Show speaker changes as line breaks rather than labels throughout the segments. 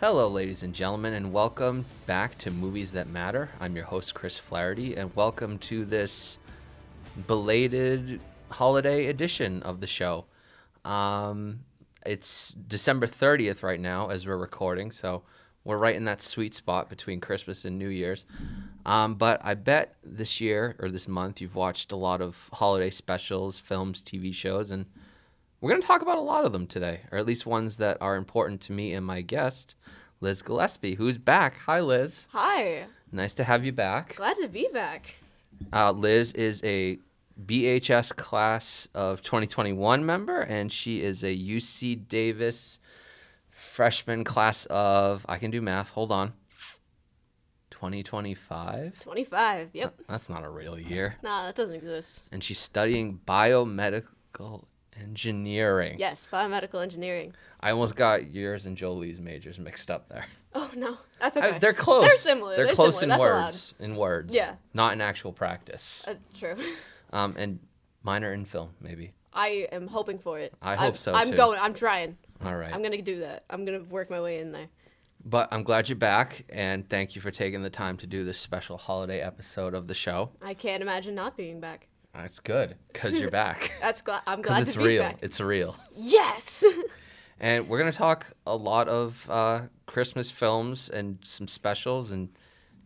Hello, ladies and gentlemen, and welcome back to Movies That Matter. I'm your host, Chris Flaherty, and welcome to this belated holiday edition of the show. Um, it's December 30th right now as we're recording, so we're right in that sweet spot between Christmas and New Year's. Um, but I bet this year or this month you've watched a lot of holiday specials, films, TV shows, and we're going to talk about a lot of them today, or at least ones that are important to me and my guest, Liz Gillespie, who's back. Hi, Liz.
Hi,
Nice to have you back.
glad to be back.
Uh, Liz is a BHS class of 2021 member, and she is a UC Davis freshman class of, I can do math, hold on, 2025?
25. Yep.
That's not a real year.
Nah, that doesn't exist.
And she's studying biomedical engineering.
Yes, biomedical engineering.
I almost got yours and Jolie's majors mixed up there.
Oh no, that's
I-
okay.
they're close.
They're similar.
They're,
They're
close
similar.
in
That's allowed.
words. In words.
Yeah.
Not in actual practice.
Uh, true.
Um, and minor in film, maybe.
I am hoping for it.
I
I'm-
hope so,
I'm
too.
going. I'm trying.
All right.
I'm gonna do that. I'm gonna work my way in there.
But I'm glad you're back, and thank you for taking the time to do this special holiday episode of the show.
I can't imagine not being back.
That's good because you're back.
That's glad. I'm
Because
glad
it's
to be
real.
back.
It's real.
Yes.
And we're gonna talk a lot of uh, Christmas films and some specials and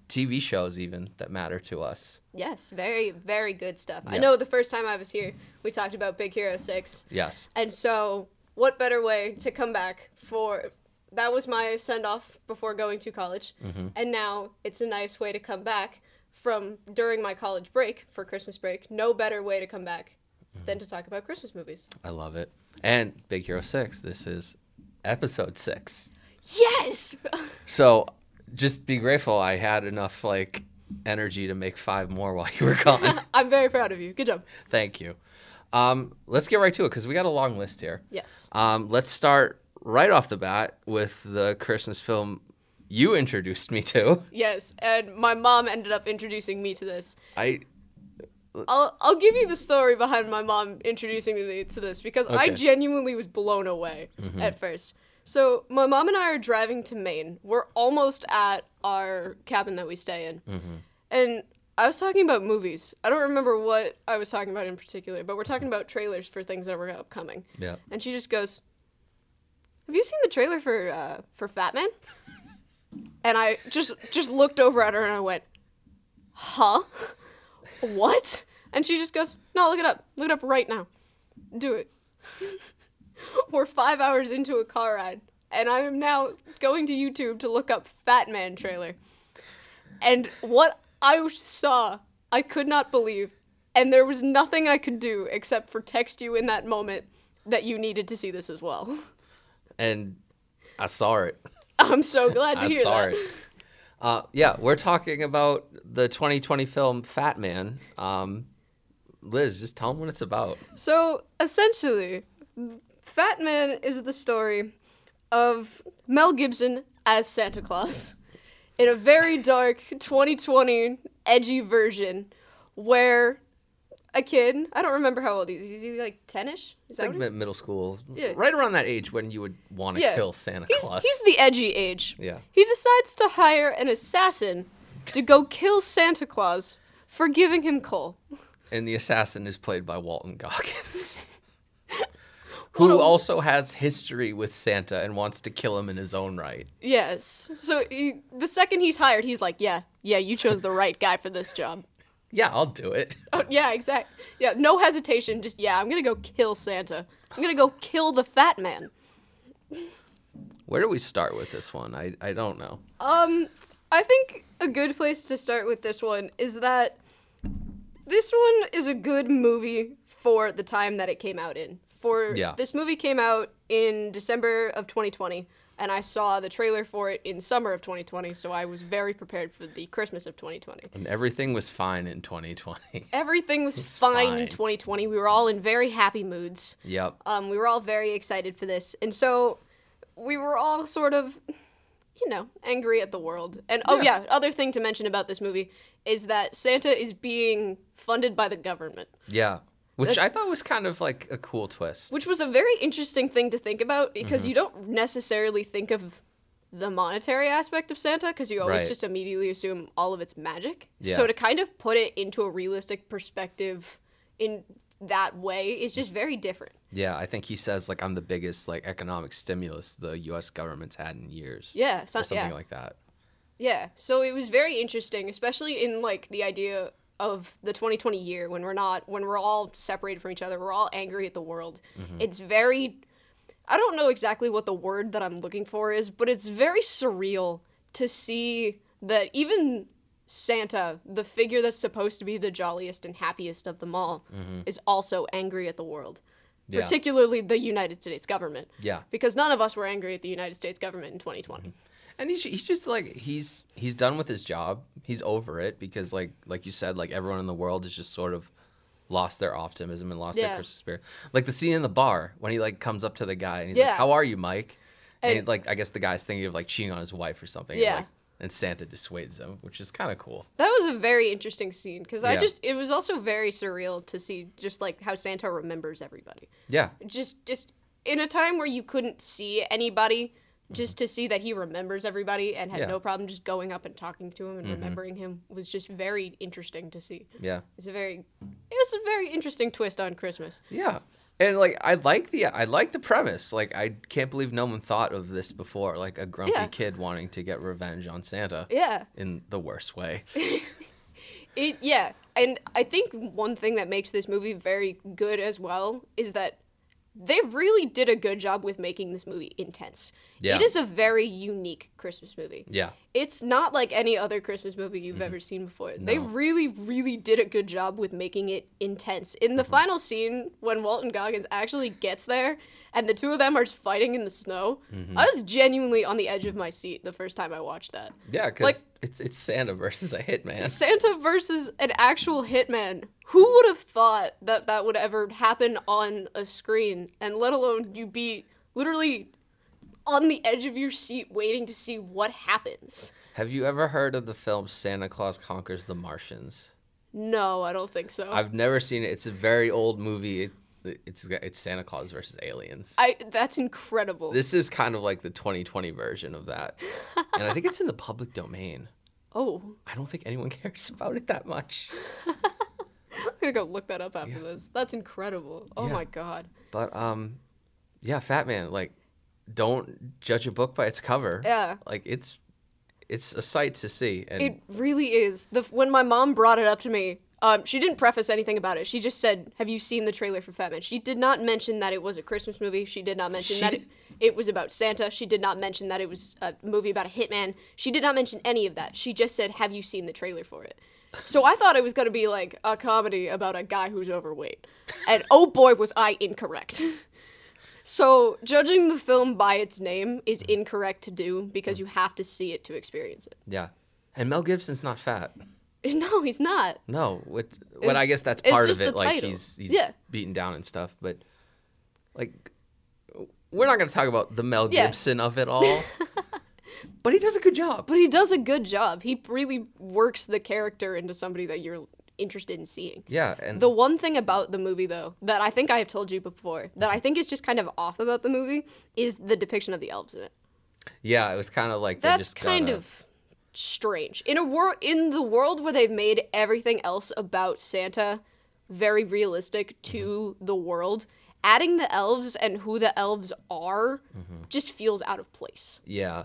TV shows even that matter to us.
yes. Very, very good stuff. I
Yeah.
know. The first time I was here, we talked about Big Hero Six.
Yes.
And so, what better way to come back for that was my send off before going to college. And now it's a nice way to come back from during my college break for Christmas break. No better way to come back than to talk about Christmas movies.
I love it. And Big Hero 6, this is episode 6.
Yes!
So just be grateful I had enough like energy to make five more while you were gone.
I'm very proud of you. Good job.
Thank you. Um, let's get right to it because we got a long list here.
Yes.
Um, let's start right off the bat with the Christmas film you introduced me to.
Yes. And my mom ended up introducing me to this.
I
I'll, I'll give you the story behind my mom introducing me to this because I
Okay.
genuinely was blown away at first. So, my mom and I are driving to Maine. We're almost at our cabin that we stay in. And I was talking about movies. I don't remember what I was talking about in particular, but we're talking about trailers for things that were upcoming.
yeah.
And she just goes, "Have you seen the trailer for uh, for Fat Man?" And I just just looked over at her and I went, "Huh? What?" And she just goes, "No, look it up. Look it up right now. Do it." We're five hours into a car ride, and I am now going to YouTube to look up Fat Man trailer. And what I saw, I could not believe. And there was nothing I could do except for text you in that moment that you needed to see this as well.
And I saw it.
I'm so glad to
I
hear
saw
that.
it. Uh, yeah, we're talking about the 2020 film Fat Man. Um, Liz, just tell them what it's about.
So essentially, Fat Man is the story of Mel Gibson as Santa Claus in a very dark 2020 edgy version where a kid, I don't remember how old he is. Is he like 10 ish? Is
Like
what he-
mid- middle school,
Yeah.
right around that age when you would want to
Yeah.
kill Santa
He's,
Claus.
he's the edgy age.
Yeah.
He decides to hire an assassin to go kill Santa Claus for giving him coal.
and the assassin is played by Walton Goggins,
What
who
a-
also has history with Santa and wants to kill him in his own right.
Yes. So he, the second he's hired, he's like, "Yeah, yeah, you chose the right guy for this job."
Yeah, I'll do it.
Oh, yeah, exact. Yeah, no hesitation. Just yeah, I'm gonna go kill Santa. I'm gonna go kill the fat man.
Where do we start with this one? I, I don't know.
Um, I think a good place to start with this one is that this one is a good movie for the time that it came out in. For
Yeah.
this movie came out in December of 2020, and I saw the trailer for it in summer of 2020, so I was very prepared for the Christmas of 2020.
And everything was fine in 2020.
Everything was fine,
fine.
in 2020. We were all in very happy moods.
yep.
Um, we were all very excited for this, and so we were all sort of, you know, angry at the world. And oh
Yeah.
yeah, other thing to mention about this movie is that Santa is being funded by the government,
Yeah. Which I thought was kind of like a cool twist. Mm-hmm.
which was a very interesting thing to think about because you don't necessarily think of the monetary aspect of Santa because you always
Right.
just immediately assume all of it's magic.
Yeah.
So to kind of put it into a realistic perspective in that way is just very different.
Yeah, I think he says like I'm the biggest like economic stimulus the U.S. government's had in years,
Yeah, so,
or something
yeah,
like that.
yeah. So it was very interesting, especially in like the idea of the 2020 year when we're not when we're all separated from each other, we're all angry at the world.
Mm-hmm.
It's very I don't know exactly what the word that I'm looking for is, but it's very surreal to see that even Santa, the figure that's supposed to be the jolliest and happiest of them all, is also angry at the world,
Mm-hmm. Yeah.
particularly the United States government.
Yeah,
Because none of us were angry at the United States government in 2020.
and he's, he's just like he's he's done with his job. He's over it because like like you said, like everyone in the world has just sort of lost their optimism and lost their
Yeah.
Christmas spirit. Like the scene in the bar when he like comes up to the guy and he's
Yeah.
like, "How are you, Mike?" And,
And-
like I guess the guy's thinking of like cheating on his wife or something.
Yeah.
And, like, and Santa dissuades him, which is kind of cool.
That was a very interesting scene because I
Yeah.
just it was also very surreal to see just like how Santa remembers everybody.
Yeah,
Just just in a time where you couldn't see anybody, just to see that he remembers everybody and
Mm-hmm.
had
Yeah. Mm-hmm.
no problem just going up and talking to him and remembering him was just very interesting to see.
yeah.
It's a very it was a very interesting twist on Christmas.
Yeah. And like I like the I like the premise. Like I can't believe no one thought of this before. Like a grumpy
Yeah.
kid wanting to get revenge on Santa
Yeah.
in the worst way.
It yeah, and I think one thing that makes this movie very good as well is that they really did a good job with making this movie intense.
Yeah.
It is a very unique Christmas movie.
Yeah.
It's not like any other Christmas movie you've ever seen before. They
Mm-hmm. No.
really, really did a good job with making it intense. In the
Mm-hmm.
final scene, when Walton Goggins actually gets there and the two of them are fighting in the snow,
Mm-hmm.
I was genuinely on the edge of my seat the first time I watched that.
Yeah, cuz
Like-
it's it's Santa versus a hitman.
Santa versus an actual hitman. Who would have thought that that would ever happen on a screen, and let alone you be literally on the edge of your seat waiting to see what happens?
Have you ever heard of the film Santa Claus Conquers the Martians?
No, I don't think so.
I've never seen it. It's a very old movie. It, it's it's Santa Claus versus aliens.
I that's incredible.
this is kind of like the 2020 version of that. and I think it's in the public domain.
oh,
I don't think anyone cares about it that much.
I'm gonna go look that up after
Yeah.
this. That's incredible. Oh
Yeah.
my god.
But um, yeah, Fat Man, like, don't judge a book by its cover.
Yeah.
Like it's, it's a sight to see, and
It really is. The when my mom brought it up to me, um, she didn't preface anything about it. She just said, "Have you seen the trailer for Fat Man?" She did not mention that it was a Christmas movie. She did not mention
She-
that it, it was about Santa. She did not mention that it was a movie about a hitman. She did not mention any of that. She just said, "Have you seen the trailer for it?" So I thought it was going to be like a comedy about a guy who's overweight, and oh boy, was I incorrect. So judging the film by its name is incorrect to do because you have to see it to experience it.
yeah, and Mel Gibson's not fat.
No, he's not.
No, what? Well,
It's-
I guess that's
it's
part of
just
it.
the
Like
title.
he's he's
Yeah.
beaten down and stuff, but like, we're not gonna talk about the Mel
Yeah.
Gibson of it all. but he does a good job.
But he does a good job. He really works the character into somebody that you're interested in seeing.
Yeah, and
The one thing about the movie, though, that I think I have told you before, that I think is just kind of off about the movie, is the depiction of the elves in it.
yeah, it was kind of like they
That's
just
kind
gotta-
of strange. In a world, in the world where they've made everything else about Santa very realistic to
Mm-hmm.
the world, adding the elves and who the elves are
Mm-hmm.
just feels out of place.
Yeah,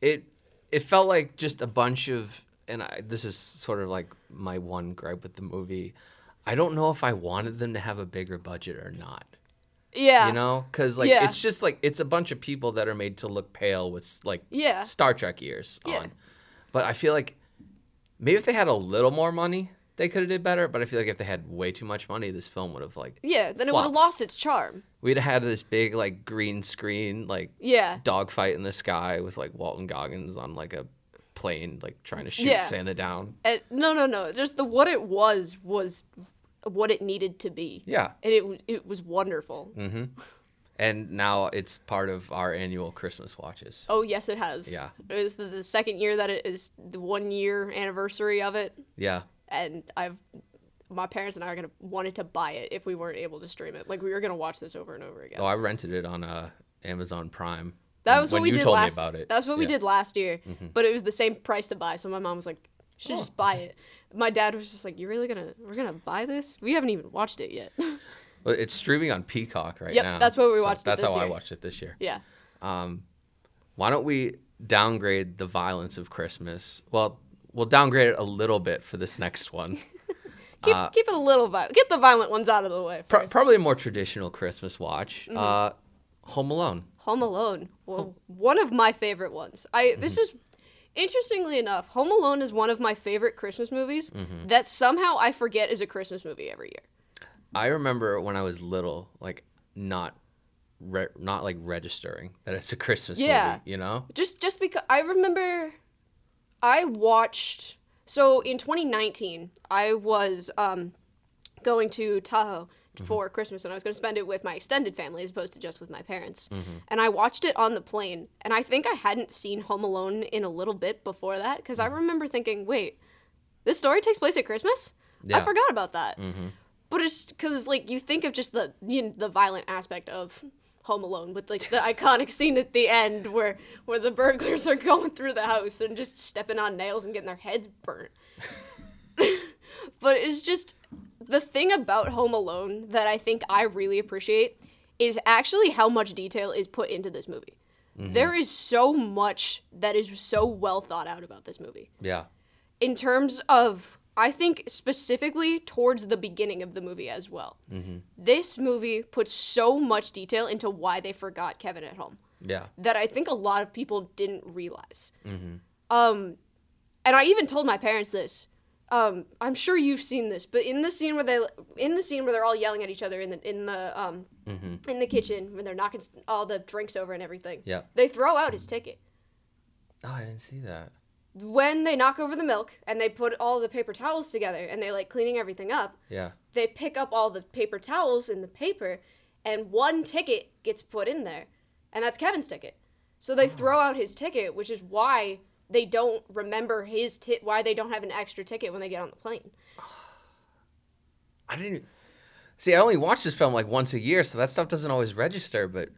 it it felt like just a bunch of, and I, this is sort of like my one gripe with the movie. I don't know if I wanted them to have a bigger budget or not.
Yeah.
You know, because like
Yeah.
it's just like it's a bunch of people that are made to look pale with like
Yeah.
Star Trek ears
Yeah.
on. But I feel like maybe if they had a little more money, they could have did better. But I feel like if they had way too much money, this film would have like
Yeah, then it would have
flopped.
lost its charm.
we'd have had this big like green screen like
Yeah.
dogfight in the sky with like Walton Goggins on like a plane, like trying to shoot
Yeah.
Santa down.
And, no, no, no. Just the what it was was what it needed to be.
Yeah. Mm.
And it w- it was wonderful.
And now it's part of our annual Christmas watches.
Oh yes, it has.
Yeah.
It was the, the second year that it is the one year anniversary of it,
Yeah.
and I've my parents and I are gonna wanted to buy it if we weren't able to stream it. Like we were gonna watch this over and over again.
Oh, I rented it on uh, Amazon Prime
That was
When
what we
you
did
told me
last.
about it,
That's what we
yeah. Mm-hmm.
did last year, but it was the same price to buy. So my mom was like, "Should
Oh.
just buy it." My dad was just like, "You really gonna? We're gonna buy this? We haven't even watched it yet."
Well, it's streaming on Peacock right
Yep,
now.
that's what we watched it
That's
this
how I
year.
watched it this year.
yeah,
Why don't we downgrade the violence of Christmas? Well, we'll downgrade it a little bit for this next one.
keep, keep it a little violent. Get the violent ones out of the way.
Uh, Pro-
First.
probably a more traditional Christmas watch.
Mm-hmm.
Uh, Home Alone.
Home Alone. Well, one of my favorite ones. I
Mm-hmm.
this is interestingly enough, Home Alone is one of my favorite Christmas movies
Mm-hmm.
that somehow I forget is a Christmas movie every year.
I remember when I was little, like not, re- not like registering that it's a Christmas
Yeah.
movie. You know,
Just just because I remember I watched so in 2019 I was um going to Tahoe for Christmas and I was going to spend it with my extended family as opposed to just with my parents. And I watched it on the plane and I think I hadn't seen Home Alone in a little bit before that cuz I remember thinking, "Wait, this story takes place at Christmas?" I
Yeah.
forgot about that. But it's because like you think of just the you know, the violent aspect of Home Alone with like the iconic scene at the end where where the burglars are going through the house and just stepping on nails and getting their heads burnt. but it's just the thing about Home Alone that I think I really appreciate is actually how much detail is put into this movie. There is so much that is so well thought out about this movie
yeah.
in terms of I think specifically towards the beginning of the movie as well. This movie puts so much detail into why they forgot Kevin at home
Yeah.
that I think a lot of people didn't realize. Um, and I even told my parents this. Um, I'm sure you've seen this, but in the scene where they in the scene where they're all yelling at each other in the in the um, in the kitchen when they're knocking s- all the drinks over and everything,
Yep.
they throw out his ticket
Oh, I didn't see that.
when they knock over the milk and they put all the paper towels together and they like cleaning everything up,
Yeah.
they pick up all the paper towels in the paper and one ticket gets put in there. And that's Kevin's ticket. So they throw out his ticket, which is why they don't remember his ti- why they don't have an extra ticket when they get on the plane.
I didn't see. I only watch this film like once a year, so that stuff doesn't always register. But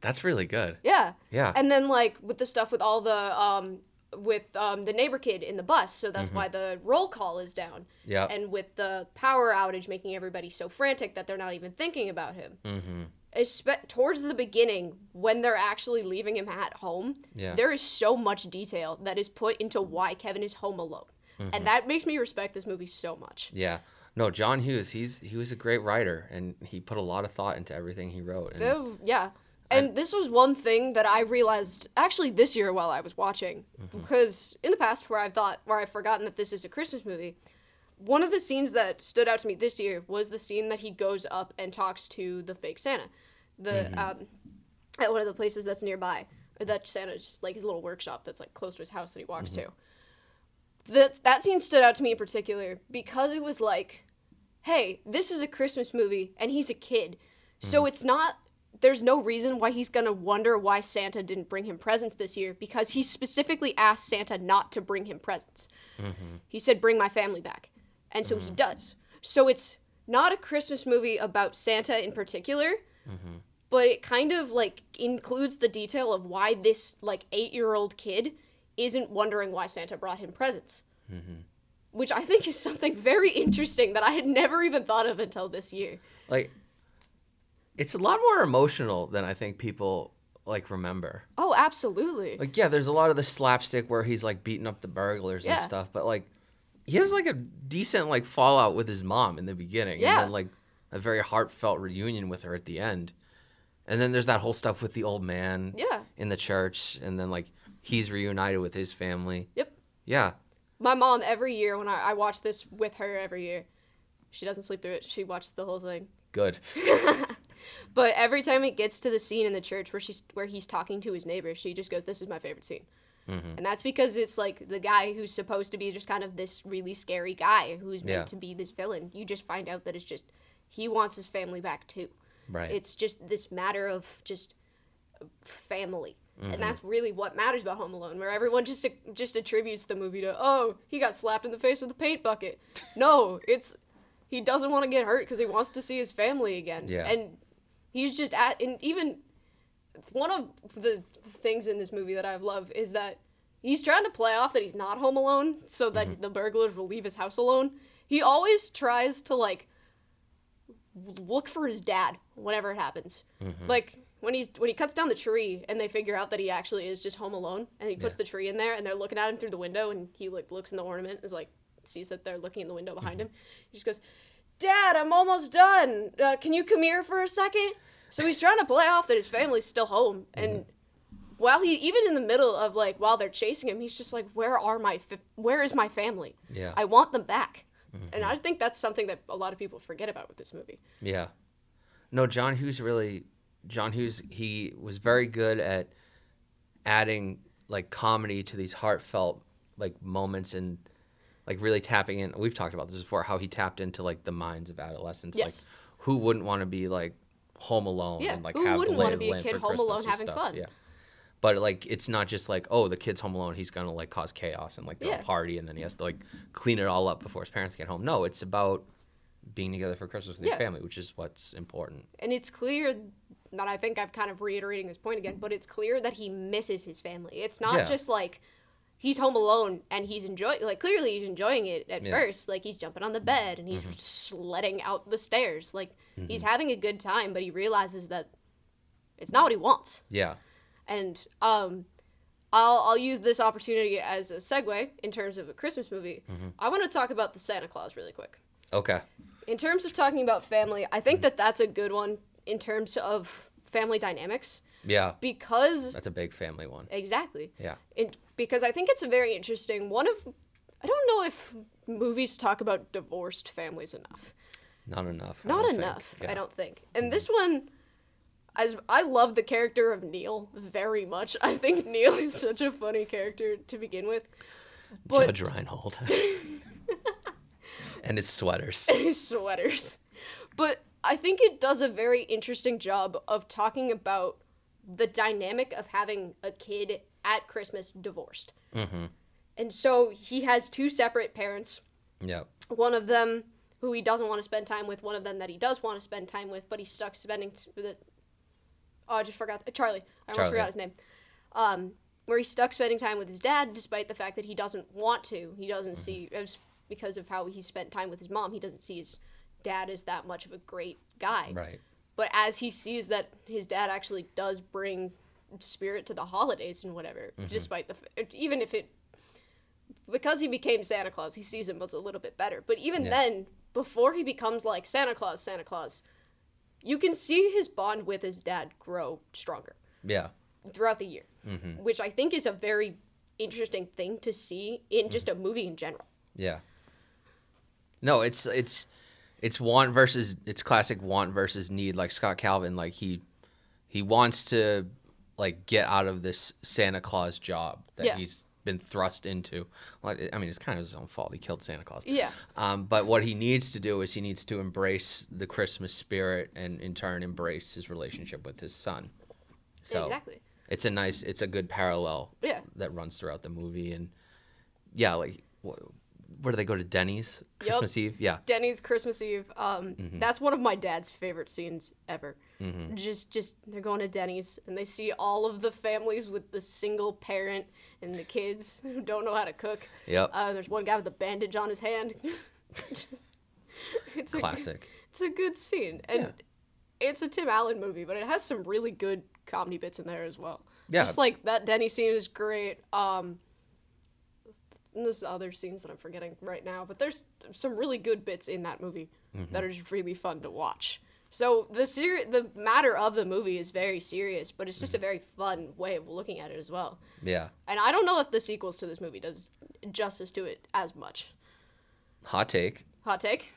that's really good.
Yeah.
Yeah.
And then like with the stuff with all the um with um, the neighbor kid in the bus, so that's why the roll call is down.
Yeah.
And with the power outage making everybody so frantic that they're not even thinking about him.
mm-hmm.
Espe- towards the beginning, when they're actually leaving him at home,
Yeah.
there is so much detail that is put into why Kevin is home alone.
Mm-hmm.
And that makes me respect this movie so much.
Yeah. No, John Hughes. He's he was a great writer, and he put a lot of thought into everything he wrote. And
Though, yeah. And this was one thing that I realized actually this year while I was watching, because in the past where I've thought where I've forgotten that this is a Christmas movie, one of the scenes that stood out to me this year was the scene that he goes up and talks to the fake Santa, the um, at one of the places that's nearby, or that Santa's just like his little workshop that's like close to his house that he walks to. That that scene stood out to me in particular because it was like hey, this is a Christmas movie and he's a kid. So it's not there's no reason why he's going to wonder why Santa didn't bring him presents this year because he specifically asked Santa not to bring him presents. He said bring my family back. And so he does. So it's not a Christmas movie about Santa in particular. But it kind of like includes the detail of why this like 8-year-old kid isn't wondering why Santa brought him presents which I think is something very interesting that I had never even thought of until this year.
like, it's a lot more emotional than I think people like remember.
Oh, absolutely.
Like, yeah, there's a lot of the slapstick where he's like beating up the burglars
Yeah.
and stuff, but like, he has like a decent like fallout with his mom in the beginning,
Yeah.
and then like a very heartfelt reunion with her at the end. And then there's that whole stuff with the old man
Yeah.
in the church, and then like he's reunited with his family.
Yep.
Yeah,
My mom, every year when I, I watch this with her every year, she doesn't sleep through it. She watches the whole thing.
good.
But every time it gets to the scene in the church where she's where he's talking to his neighbor, she just goes, "This is my favorite scene," and that's because it's like the guy who's supposed to be just kind of this really scary guy who's meant
Yeah.
to be this villain. You just find out that it's just he wants his family back too.
Right.
It's just this matter of just family. And that's really what matters about Home Alone, where everyone just just attributes the movie to, oh, he got slapped in the face with a paint bucket. no, it's he doesn't want to get hurt because he wants to see his family again.
Yeah.
And he's just at, and even one of the things in this movie that I love is that he's trying to play off that he's not home alone so that the burglars will leave his house alone. He always tries to like look for his dad whenever it happens.
Mm-hmm.
Like when he's when he cuts down the tree and they figure out that he actually is just home alone and he puts
Yeah.
the tree in there and they're looking at him through the window and he like looks in the ornament and is like sees that they're looking in the window behind
Mm-hmm.
him. He just goes, "Dad, I'm almost done. Uh, can you come here for a second? So he's trying to play off that his family's still home and
Mm-hmm.
while he even in the middle of like while they're chasing him, he's just like, "Where are my fa- where is my family?
Yeah. Mm-hmm.
I want them back." And I think that's something that a lot of people forget about with this movie.
Yeah. No, John Hughes really John Hughes he was very good at adding like comedy to these heartfelt like moments and like really tapping in. We've talked about this before how he tapped into like the minds of adolescents
Yes.
like who wouldn't want to be like home alone
Yeah,
and like
who
have
wouldn't
the
wanna
lay of
be
the
a
land
kid
for
home
Christmas
alone
and
having
stuff.
fun?
Yeah. But like it's not just like oh the kid's home alone he's gonna like cause chaos and like throw
Yeah.
a party and then he has to like clean it all up before his parents get home. No, it's about being together for Christmas with
Yeah.
your family, which is what's important.
And it's clear that I think I'm kind of reiterating this point again, but it's clear that he misses his family. It's not
Yeah.
just like he's home alone and he's enjoying like clearly he's enjoying it at
Yeah. Mm-hmm.
first. Like he's jumping on the bed and he's sledding out the stairs. Like he's having a good time, but he realizes that it's not what he wants.
Yeah.
And um, I'll I'll use this opportunity as a segue in terms of a Christmas movie.
Mm-hmm.
I want to talk about the Santa Claus really quick.
Okay.
In terms of talking about family, I think that that's a good one in terms of family dynamics
Yeah.
because
That's a big family one.
exactly
Yeah.
it, because I think it's a very interesting one of. I don't know if movies talk about divorced families enough.
Not enough. I
Not
don't think.
enough,
Yeah. Mm-hmm.
I don't think. And this one, as I love the character of Neil very much. I think Neil is such a funny character to begin with. But
Judge Reinhold. and his sweaters.
and his sweaters. But I think it does a very interesting job of talking about the dynamic of having a kid at Christmas divorced. And so he has two separate parents.
Yeah.
One of them who he doesn't want to spend time with, one of them that he does want to spend time with, but he's stuck spending t- with it. Oh, I just forgot. Charlie. I almost
Charlie,
forgot
yeah.
his name. Um, where he's stuck spending time with his dad despite the fact that he doesn't want to. He doesn't
Mm-hmm.
see, it was because of how he spent time with his mom, he doesn't see his dad as that much of a great guy.
Right.
But as he sees that his dad actually does bring spirit to the holidays and whatever,
Mm-hmm.
despite the f- even if it because he became Santa Claus, he sees him as a little bit better. But even
Yeah.
then, before he becomes like Santa Claus, Santa Claus, you can see his bond with his dad grow stronger
Yeah.
throughout the year,
Mm-hmm.
which I think is a very interesting thing to see in just a
Mm-hmm.
movie in general.
Yeah. No, it's it's it's want versus it's classic want versus need. Like Scott Calvin, like he he wants to like get out of this Santa Claus job that
Yeah.
he's been thrust into. Like I mean, it's kind of his own fault. He killed Santa Claus.
Yeah.
Um, but what he needs to do is he needs to embrace the Christmas spirit and in turn embrace his relationship with his son. So
Exactly.
it's a nice it's a good parallel
Yeah.
that runs throughout the movie and yeah like wh- where do they go to denny's
Yup.
christmas eve yeah
Denny's Christmas Eve. Um, That's one of my dad's favorite scenes ever. Just, just they're going to Denny's and they see all of the families with the single parent and the kids who don't know how to cook.
yep
Uh, there's one guy with a bandage on his hand. Just- it's a-
classic
it's a good scene, and it's a Tim Allen movie, but it has some really good comedy bits in there as well.
Yeah.
just like that Denny scene is great. Um, and there's other scenes that I'm forgetting right now, but there's some really good bits in that movie
Mm-hmm.
that are just really fun to watch. So the ser- the matter of the movie is very serious, but it's just
Mm-hmm.
a very fun way of looking at it as well.
yeah
And I don't know if the sequels to this movie does justice to it as much.
hot take
Hot take.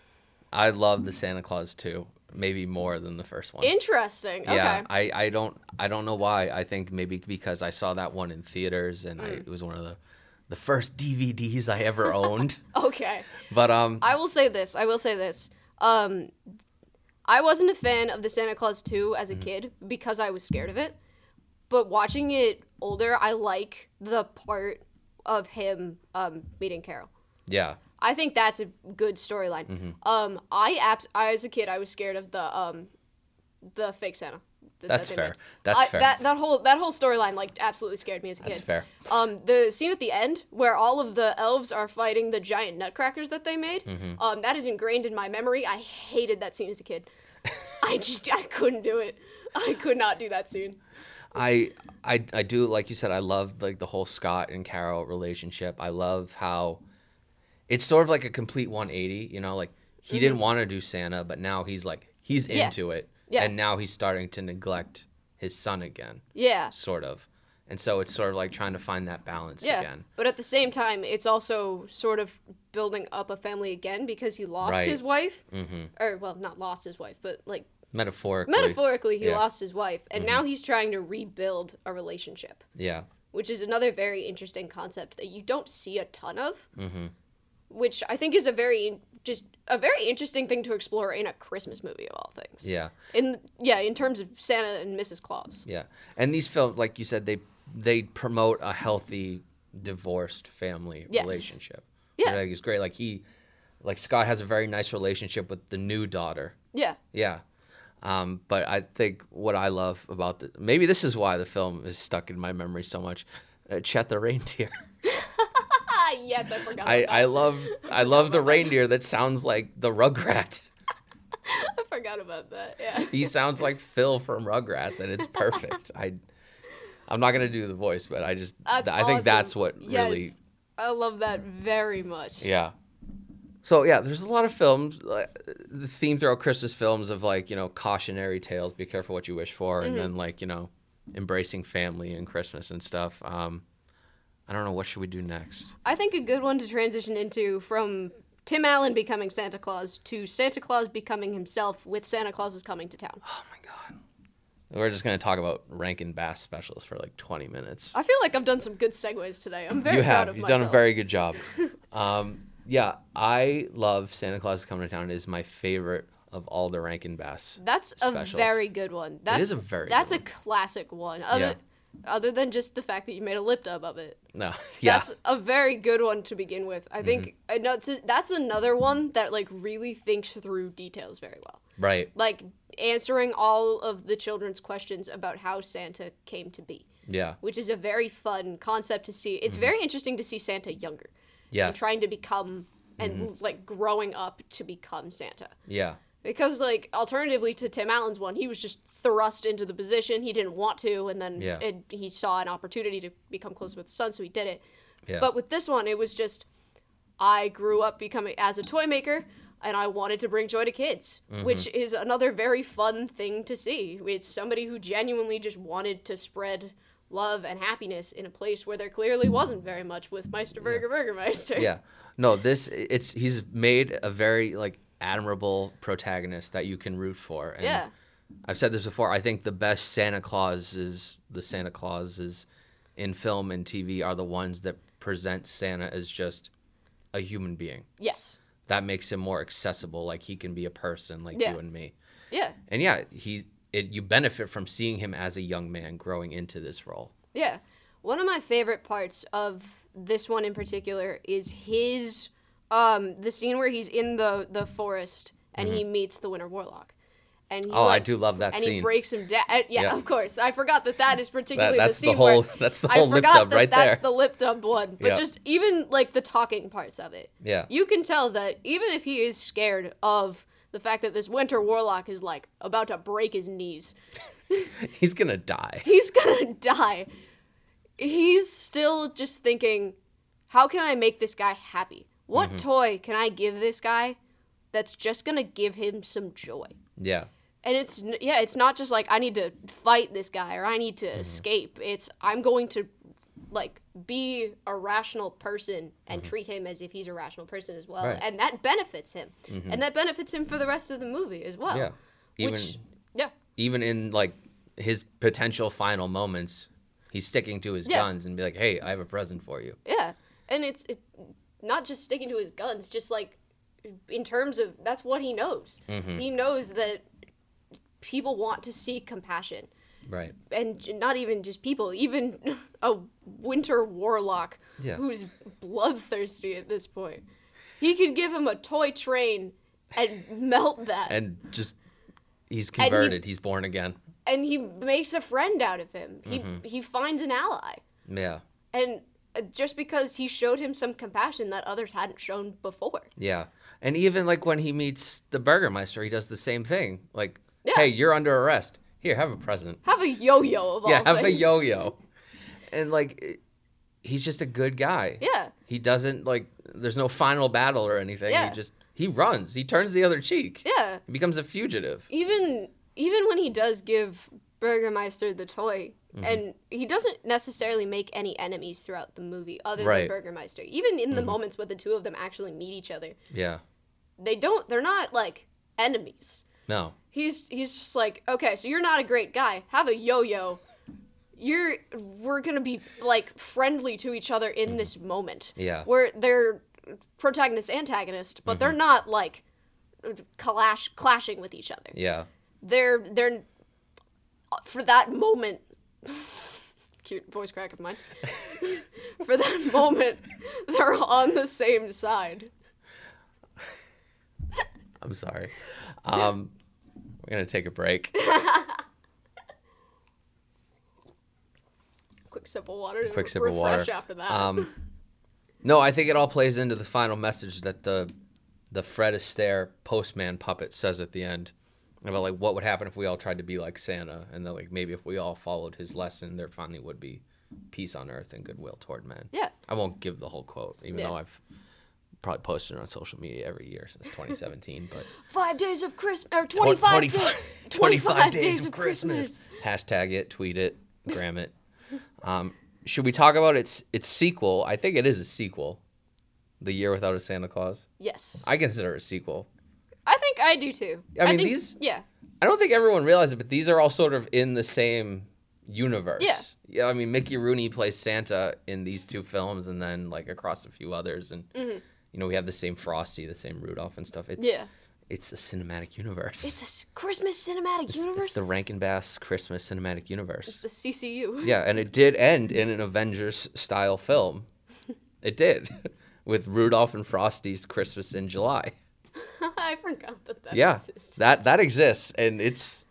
i love the santa claus too maybe more than the first one
Interesting. Okay.
yeah I, I don't i don't know why i think maybe because i saw that one in theaters and I,
Mm.
it was one of the the first dvds i ever owned
Okay.
but um
I will say this. I will say this. Um, I wasn't a fan of the Santa Claus 2 as a
Mm-hmm.
kid because I was scared of it. But watching it older, I like the part of him um, meeting Carol.
yeah
I think that's a good storyline.
Mm-hmm.
Um, I, abs- I as a kid, I was scared of the um, the fake Santa that
That's
they
fair.
made.
That's
I-
fair.
That that whole that whole storyline like absolutely scared me as a
That's
kid.
fair.
Um, the scene at the end where all of the elves are fighting the giant nutcrackers that they made,
Mm-hmm.
um, that is ingrained in my memory. I hated that scene as a kid. I just I couldn't do it. I could not do that scene.
I, I I do like you said. I love like the whole Scott and Carol relationship. I love how it's sort of like a complete 180. You know, like he didn't want to do Santa, but now he's like he's
Mm-hmm. Yeah.
into it,
Yeah.
and now he's starting to neglect his son again,
Yeah.
sort of. And so it's sort of like trying to find that balance
Yeah.
again.
But at the same time, it's also sort of building up a family again because he lost
Right.
his wife. Mm-hmm. Or, well, not lost his wife, but like
Metaphorically,
metaphorically, he
Yeah. Mm-hmm.
lost his wife. And now he's trying to rebuild a relationship,
yeah,
which is another very interesting concept that you don't see a ton of. Mm-hmm. Which I think is a very, just a very interesting thing to explore in a Christmas movie of all things.
yeah.
In, yeah, in terms of Santa and Mrs. Claus.
Yeah, and these films, like you said, they they promote a healthy divorced family
Yes.
relationship.
Yeah.
like, it's great. Like he, like Scott has a very nice relationship with the new daughter.
Yeah.
Yeah, um, but I think what I love about the maybe this is why the film is stuck in my memory so much. Uh, Chet the reindeer.
Ah, yes, I forgot.
I,
about
I love I love the reindeer that sounds like the Rugrat.
I forgot about that. Yeah.
He sounds like Phil from Rugrats, and it's perfect. I I'm not gonna do the voice, but I just
That's
I think
awesome.
that's what
Yes.
really
I love that very much.
Yeah. So yeah, there's a lot of films, uh, the theme throughout Christmas films of like you know cautionary tales, be careful what you wish for, and
Mm-hmm.
then like you know, embracing family and Christmas and stuff. Um, I don't know what should we do next.
I think a good one to transition into from Tim Allen becoming Santa Claus to Santa Claus becoming himself with Santa Claus is coming to town.
Oh my god, we're just gonna talk about Rankin Bass specials for like 20 minutes.
I feel like I've done some good segues today. I'm very
you
proud
have
of
you've
myself.
done a very good job. um, yeah, I love Santa Claus is Coming to Town. It is my favorite of all the Rankin Bass.
That's a
specials.
very good one. That's
a very
That's
good
a classic one. Other other than just the fact that you made a lip dub of it.
No, yeah, Mm-hmm.
That's a very good one to begin with. I think I know it's a- that's another one that like really thinks through details very well.
right.
like answering all of the children's questions about how Santa came to be,
Yeah,
which is a very fun concept to see. It's very interesting to see Santa younger and
Mm-hmm. yes, Mm-hmm.
trying to become and like growing up to become Santa.
yeah.
Because like alternatively to Tim Allen's one, he was just thrust into the position he didn't want to, and then
Yeah.
it, he saw an opportunity to become close with his son, so he did it.
Yeah.
But with this one, it was just I grew up becoming as a toy maker, and I wanted to bring joy to kids,
Mm-hmm.
which is another very fun thing to see. It's somebody who genuinely just wanted to spread love and happiness in a place where there clearly wasn't very much with Meister Burger Burgermeister.
yeah no this it's he's made a very like admirable protagonist that you can root for and
Yeah.
i've said this before i think the best santa claus is the santa claus is in film and tv are the ones that present santa as just a human being
Yes.
that makes him more accessible like he can be a person like
Yeah.
you and me
Yeah.
and yeah he it, you benefit from seeing him as a young man growing into this role
Yeah. One of my favorite parts of this one in particular is his um the scene where he's in the the forest and he meets the Winter Warlock. And he,
Mm-hmm. oh i
like-
do love that
and
scene
he breaks him down. yeah,
Yeah.
of course. I forgot that that is particularly
that's
the
the
scene
whole
where
that's the
I
whole lip
forgot
dub
that
right
that's
there
the lip dub one. But
Yeah.
just even like the talking parts of it,
yeah
you can tell that even if he is scared of the fact that this Winter Warlock is like about to break his knees,
he's gonna die
he's gonna die. He's still just thinking, how can I make this guy happy? What
Mm-hmm.
toy can I give this guy that's just gonna give him some joy?
yeah
And it's n- yeah, it's not just like I need to fight this guy or I need to
Mm-hmm.
escape. It's I'm going to like be a rational person and treat him as if he's a rational person as well,
Mm-hmm. Right. Mm-hmm.
and that benefits him, and that benefits him for the rest of the movie as well.
Yeah. Even
Oh. which yeah,
even in like his potential final moments, he's sticking to his
Yeah.
guns and be like, "Hey, I have a present for you."
Yeah, and it's it, not just sticking to his guns, just like in terms of that's what he knows. He knows that people want to see compassion,
Right.
and j- not even just people, even a winter warlock
Yeah.
who's bloodthirsty at this point. He could give him a toy train and melt that.
And just he's converted. he's born again.
and he makes a friend out of him. He he finds an ally.
Yeah.
And uh, just because he showed him some compassion that others hadn't shown before.
Yeah. And even like when he meets the Burgermeister, he does the same thing. Like,
Yeah.
hey, you're under arrest. Here, have a present.
Have a yo-yo of all
yeah, have a
things.
yo-yo. and like, it- he's just a good guy.
Yeah.
He doesn't like. There's no final battle or anything.
Yeah.
He just he runs. He turns the other cheek.
Yeah.
He becomes a fugitive.
Even even when he does give Burgermeister the toy
Mm-hmm.
and he doesn't necessarily make any enemies throughout the movie other
Right. Mm-hmm.
than Burgermeister. Even in the moments where the two of them actually meet each other,
Yeah.
they don't they're not like enemies.
No.
he's he's just like, okay, so you're not a great guy. Have a yo-yo. You're we're gonna be like friendly to each other in this moment.
Mm-hmm. Yeah. Mm-hmm.
where they're protagonist antagonist, but they're not like clash clashing with each other.
Yeah.
They're they're for that moment. cute voice crack of mine. for that moment, they're on the same side.
I'm sorry. Um, we're gonna take a break.
Quick sip of water.
Quick sip
refresh
of water.
after that.
Um, no, I think it all plays into the final message that the the Fred Astaire postman puppet says at the end about like what would happen if we all tried to be like Santa, and that like maybe if we all followed his lesson, there finally would be peace on earth and goodwill toward men.
yeah.
I won't give the whole quote, even
Yeah.
though I've probably posted it on social media every year since 2017. but
Five days of Christmas, or
Twen-
25,
25
days,
25 days of Christmas. Hashtag it, tweet it, gram it. Um, should we talk about its its sequel? I think it is a sequel. The Year Without a Santa Claus.
Yes. I,
I consider it a sequel.
think I do too.
I mean,
think,
these-
Yeah.
I don't think everyone realizes it, but these are all sort of in the same universe.
Yeah.
Yeah. I mean, Mickey Rooney plays Santa in these two films, and then like across a few others, and you know we have the same Frosty, the same Rudolph, and stuff. It's,
Mm-hmm. Yeah.
It's a cinematic universe.
It's a s- Christmas cinematic
It's-
universe.
It's the Rankin Bass Christmas cinematic universe.
the, CCU.
Yeah, and it did end in an Avengers style film. It did. With Rudolph and Frosty's Christmas in July.
I forgot that that
Yeah.
exists.
That that exists and it's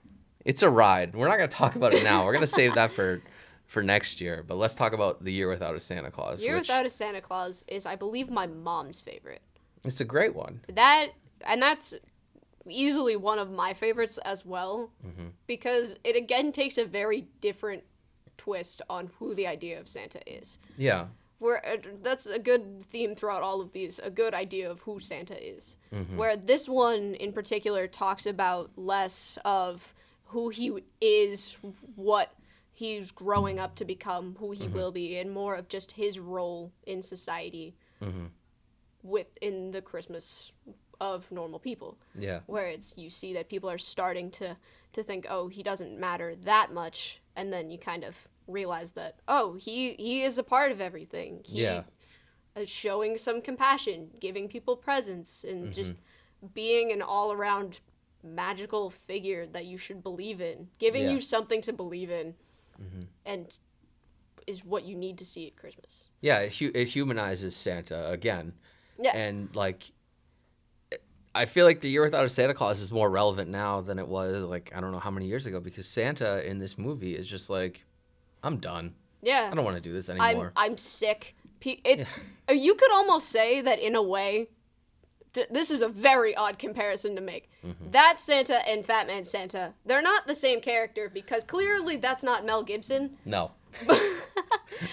it's a ride. We're not gonna talk about it now. We're gonna save that for for next year. But let's talk about the year without a Santa Claus.
Year
which-
Without a Santa Claus is, I believe, my mom's favorite.
it's a great one.
That and that's easily one of my favorites as well,
Mm-hmm.
because it again takes a very different twist on who the idea of Santa is.
Yeah.
where uh, that's a good theme throughout all of these a good idea of who santa is where this one in particular talks about less of who he is what he's growing up to become who he will be and more of just his role in society within the christmas of normal people
Yeah.
where it's you see that people are starting to to think oh he doesn't matter that much and then you kind of realize that oh he he is a part of everything he
Yeah.
is showing some compassion giving people presents and
Mm-hmm.
just being an all-around magical figure that you should believe in giving
Yeah. Mm-hmm.
you something to believe in and is what you need to see at christmas
Yeah, it, hu- it humanizes Santa again.
Yeah.
And like, I feel like the year without a Santa Claus is more relevant now than it was like I don't know how many years ago because Santa in this movie is just like, I'm done.
yeah
I don't want to do this
I'm
anymore.
I'm sick. Pe- It's uh, you could almost say that in a way. d- This is a very odd comparison to make. That Santa and Fat Man Santa, they're not the same character because clearly that's not Mel Gibson.
no.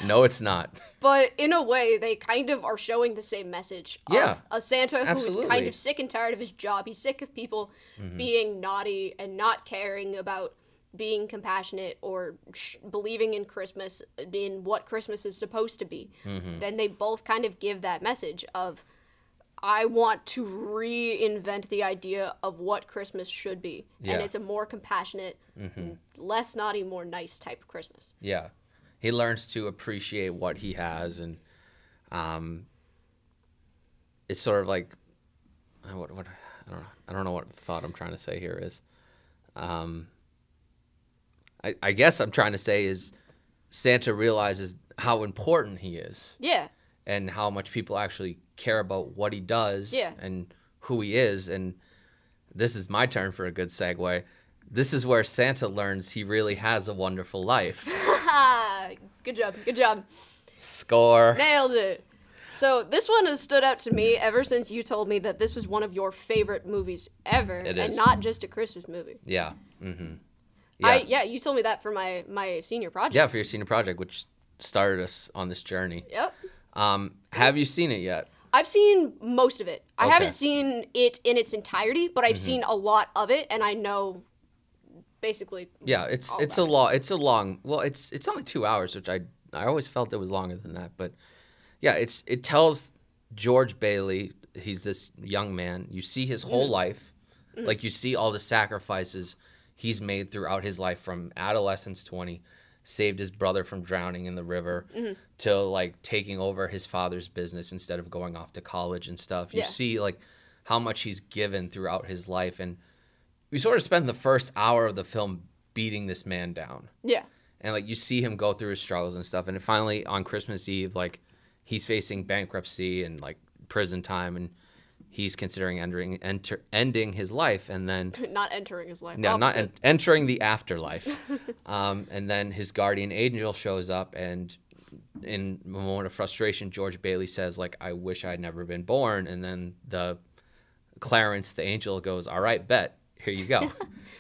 no, it's not.
But in a way, they kind of are showing the same message. of
Yeah.
a Santa who is kind
Absolutely. Mm-hmm.
of sick and tired of his job. He's sick of people being naughty and not caring about being compassionate or sh- believing in Christmas, in what Christmas is supposed to be.
Mm-hmm.
Then they both kind of give that message of, I want to reinvent the idea of what Christmas should be.
Yeah. Mm-hmm.
And it's a more compassionate, less naughty, more nice type of Christmas.
Yeah. He learns to appreciate what he has and um it's sort of like I- what what I don't know. I don't know what thought I'm trying to say here is. Um I I guess I'm trying to say is Santa realizes how important he is
Yeah.
and how much people actually care about what he does
Yeah.
and who he is. And this is my turn for a good segue. This is where Santa learns he really has a wonderful life.
Uh, good job. Good job.
Score.
Nailed it. So this one has stood out to me ever since you told me that this was one of your favorite movies ever,
It
and
is.
not just a Christmas movie.
Yeah. Mm-hmm.
Yeah. I, yeah, you told me that for my my senior project.
Yeah, for your senior project, which started us on this journey.
Yep.
Um, have you seen it yet?
I've seen most of it. I
Okay. Mm-hmm.
haven't seen it in its entirety, but I've seen a lot of it, and I know basically.
Yeah, it's
All
it's a
about
long it's a long well it's it's only two hours, which I I always felt it was longer than that, but yeah, it's it tells George Bailey he's this young man. You see his
Mm.
whole life, like you see all the sacrifices he's made throughout his life from adolescence to when he saved his brother from drowning in the river
Mm-hmm.
to like taking over his father's business instead of going off to college and stuff. You
Yeah.
see like how much he's given throughout his life and we sort of spend the first hour of the film beating this man down
Yeah.
and like you see him go through his struggles and stuff and then finally on christmas eve like he's facing bankruptcy and like prison time and he's considering entering enter, ending his life and then
Not entering his life.
no not
Opposite.
en- entering the afterlife um, and then his guardian angel shows up and in a moment of frustration george bailey says like i wish i'd never been born and then the clarence the angel goes all right bet here you go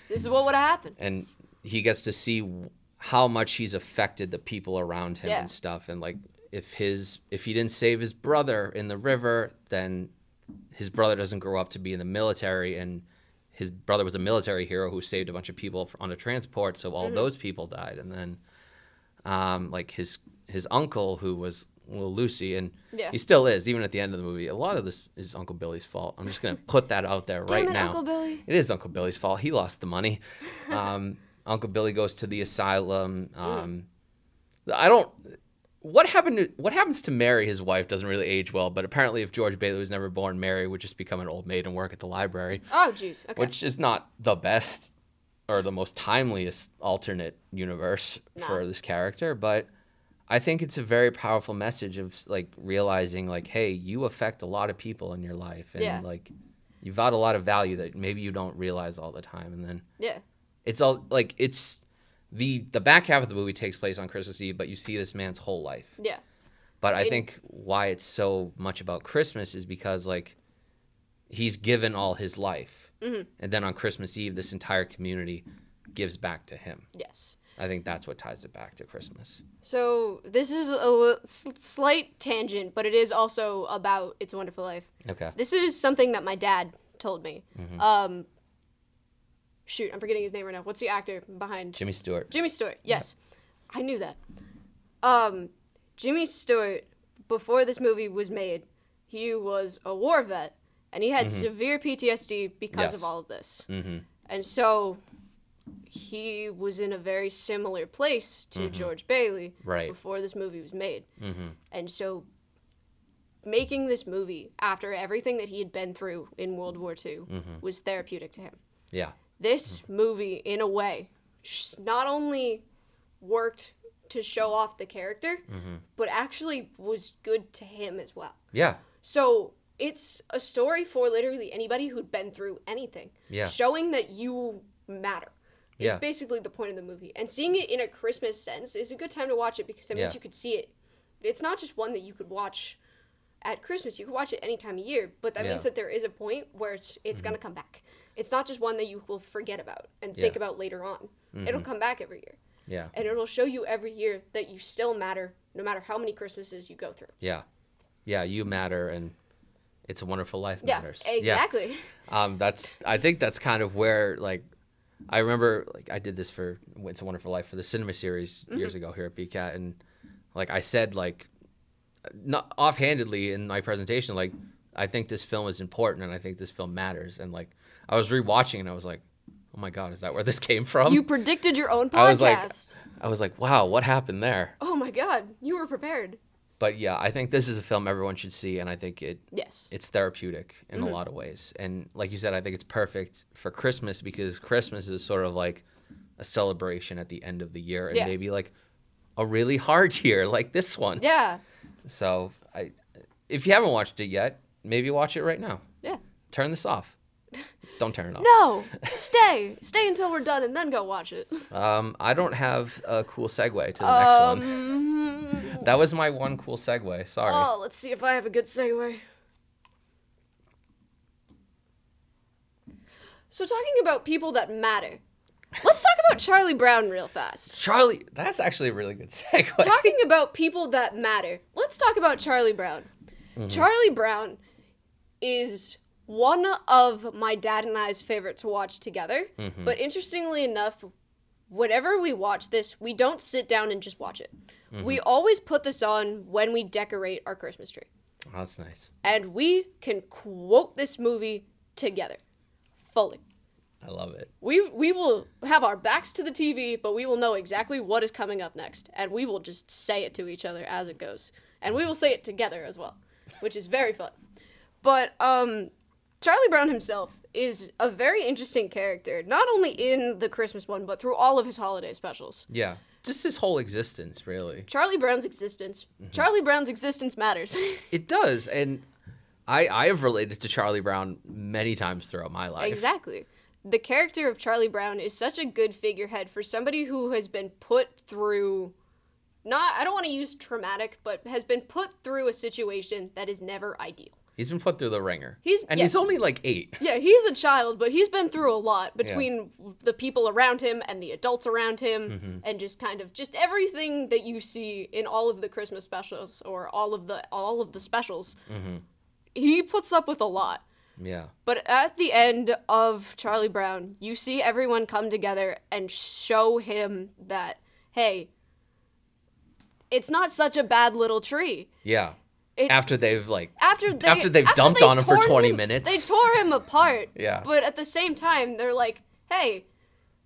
This is what would have happened.
and he gets to see w- how much he's affected the people around him
Yeah.
and stuff and like if his if he didn't save his brother in the river then his brother doesn't grow up to be in the military and his brother was a military hero who saved a bunch of people f- on a transport so all
Mm-hmm.
those people died and then um, like his his uncle who was little Lucy and
Yeah.
he still is even at the end of the movie a lot of this is Uncle Billy's fault I'm just gonna put that out there right
Damn it,
now
Uncle Billy.
it is Uncle Billy's fault. He lost the money. Um, Uncle Billy goes to the asylum. Um, I don't. What happened? To, what happens to Mary, his wife, doesn't really age well. But apparently, if George Bailey was never born, Mary would just become an old maid and work at the library,
Oh, jeez. Okay.
which is not the best or the most timeliest alternate universe for
Nah.
this character. But I think it's a very powerful message of like realizing, like, hey, you affect a lot of people in your life, and
Yeah.
like you've got a lot of value that maybe you don't realize all the time and then
yeah.
it's all like it's the the back half of the movie takes place on christmas eve but you see this man's whole life
Yeah.
but i
It-
think why it's so much about christmas is because like he's given all his life
Mm-hmm.
and then on christmas eve this entire community gives back to him
Yes.
i think that's what ties it back to christmas
So this is a li- s- slight tangent, but it is also about It's a Wonderful Life.
okay
This is something that my dad told me.
Mm-hmm.
Um, shoot, I'm forgetting his name right now. What's the actor behind
jimmy stewart
Jimmy Stewart? Yes, I knew that. Um, Jimmy Stewart, before this movie was made, he was a war vet, and he had severe PTSD because
Mm-hmm. Yes.
of all of this.
mm-hmm.
And so he was in a very similar place to
Mm-hmm.
George Bailey
Right.
before this movie was made.
Mm-hmm.
And so making this movie after everything that he had been through in World War II
Mm-hmm.
was therapeutic to him.
yeah
This
Mm-hmm.
movie, in a way, sh- not only worked to show off the character,
Mm-hmm.
but actually was good to him as well.
yeah
So it's a story for literally anybody who'd been through anything.
Yeah.
Showing that you matter. is
Yeah.
basically the point of the movie. And seeing it in a Christmas sense is a good time to watch it because that
Yeah.
means you could see it. It's not just one that you could watch at Christmas. You could watch it any time of year, but that
Yeah. Mm-hmm.
means that there is a point where it's it's gonna come back. It's not just one that you will forget about
Yeah.
and
Mm-hmm.
think about later on. It'll come back every year.
yeah
And it'll show you every year that you still matter no matter how many Christmases you go through.
yeah yeah you matter and it's a wonderful life matters
Yeah, exactly.
um, that's I think that's kind of where like I remember like I did this for It's a Wonderful Life for the cinema series years ago here at BCAT, and like I said like not offhandedly in my presentation like I think this film is important and I think this film matters, and like I was rewatching and I was like, oh my god, is that where this came from?
you predicted your own podcast.
Um, I was like, I was like, wow, what happened there?
oh my god, you were prepared.
But yeah, I think this is a film everyone should see, and I think it
Yes.
it's therapeutic in
Mm-hmm.
a lot of ways. And like you said, I think it's perfect for Christmas because Christmas is sort of like a celebration at the end of the year and
Yeah.
maybe like a really hard year like this one.
Yeah.
So I if you haven't watched it yet, maybe watch it right now.
Yeah.
Turn this off. Don't turn it off.
No, stay, stay until we're done, and then go watch it.
Um, I don't have a cool segue to the next one.
Um,
That was my one cool segue. Sorry.
oh, let's see if I have a good segue. So talking about people that matter, let's talk about Charlie Brown real fast.
Charlie, that's actually a really good segue.
Talking about people that matter, let's talk about Charlie Brown. Charlie Brown is one of my dad and I's favorite to watch together.
Mhm.
But interestingly enough, whenever we watch this, we don't sit down and just watch it. We always put this on when we decorate our Christmas tree.
Oh, that's nice.
And we can quote this movie together fully.
I love it.
We, we will have our backs to the TV, but we will know exactly what is coming up next. And we will just say it to each other as it goes. And we will say it together as well, which is very fun. But um, Charlie Brown himself is a very interesting character, not only in the Christmas one, but through all of his holiday specials.
Yeah. Just his whole existence, really.
Charlie Brown's existence. Charlie Brown's existence matters.
It does, and I I have related to Charlie Brown many times throughout my life.
exactly. The character of Charlie Brown is such a good figurehead for somebody who has been put through not I don't want to use traumatic, but has been put through a situation that is never ideal.
He's been put through the ringer.
He's-
and
yeah.
he's only like eight.
Yeah, he's a child, but he's been through a lot between the people around him and the adults around him and just kind of just everything that you see in all of the Christmas specials or all of the all of the specials.
Mhm.
He puts up with a lot.
Yeah.
But at the end of Charlie Brown, you see everyone come together and show him that, hey, it's not such a bad little tree.
Yeah.
It-
After they've like
After they
After they've dumped on him for
tore
20 minutes.
they tore him apart.
Yeah.
But at the same time, they're like, hey,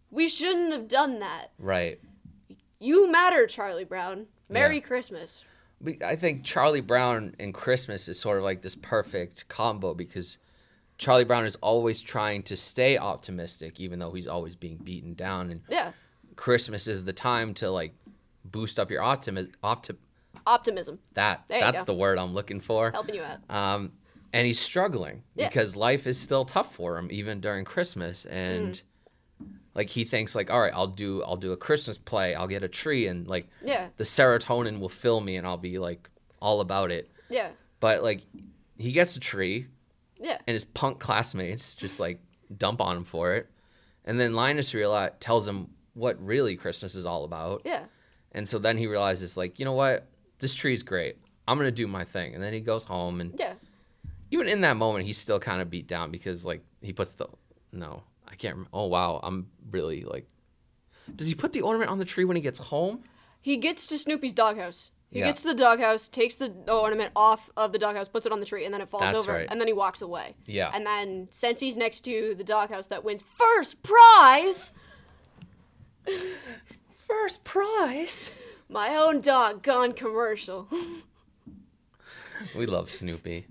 we shouldn't have done that.
right.
You matter, Charlie Brown. Merry
Yeah.
Christmas.
We- I think Charlie Brown and Christmas is sort of like this perfect combo because Charlie Brown is always trying to stay optimistic even though he's always being beaten down and
Yeah,
Christmas is the time to like boost up your optimism opti-
optimism
that
There you
that's
go.
the word I'm looking for.
helping you out.
Um, and he's struggling
Yeah.
because life is still tough for him even during Christmas. And like he thinks like, all right, I'll do I'll do a Christmas play. I'll get a tree and like
Yeah,
the serotonin will fill me and I'll be like all about it.
yeah,
But like he gets a tree
yeah.
and his punk classmates just like dump on him for it. And then Linus realize tells him what really Christmas is all about.
Yeah,
And so then he realizes like, you know what? This tree's great. I'm going to do my thing. And then he goes home and
yeah.
even in that moment, he's still kind of beat down because like he puts the no, I can't. Rem- oh wow, I'm really like. Does he put the ornament on the tree when he gets home?
He gets to Snoopy's doghouse. He
Yeah.
gets to the doghouse, takes the ornament off of the doghouse, puts it on the tree, and then it falls
That's
over.
right.
And then he walks away.
Yeah.
And then since he's next to the doghouse that wins first prize,
First prize.
my own dog gone commercial.
We love Snoopy.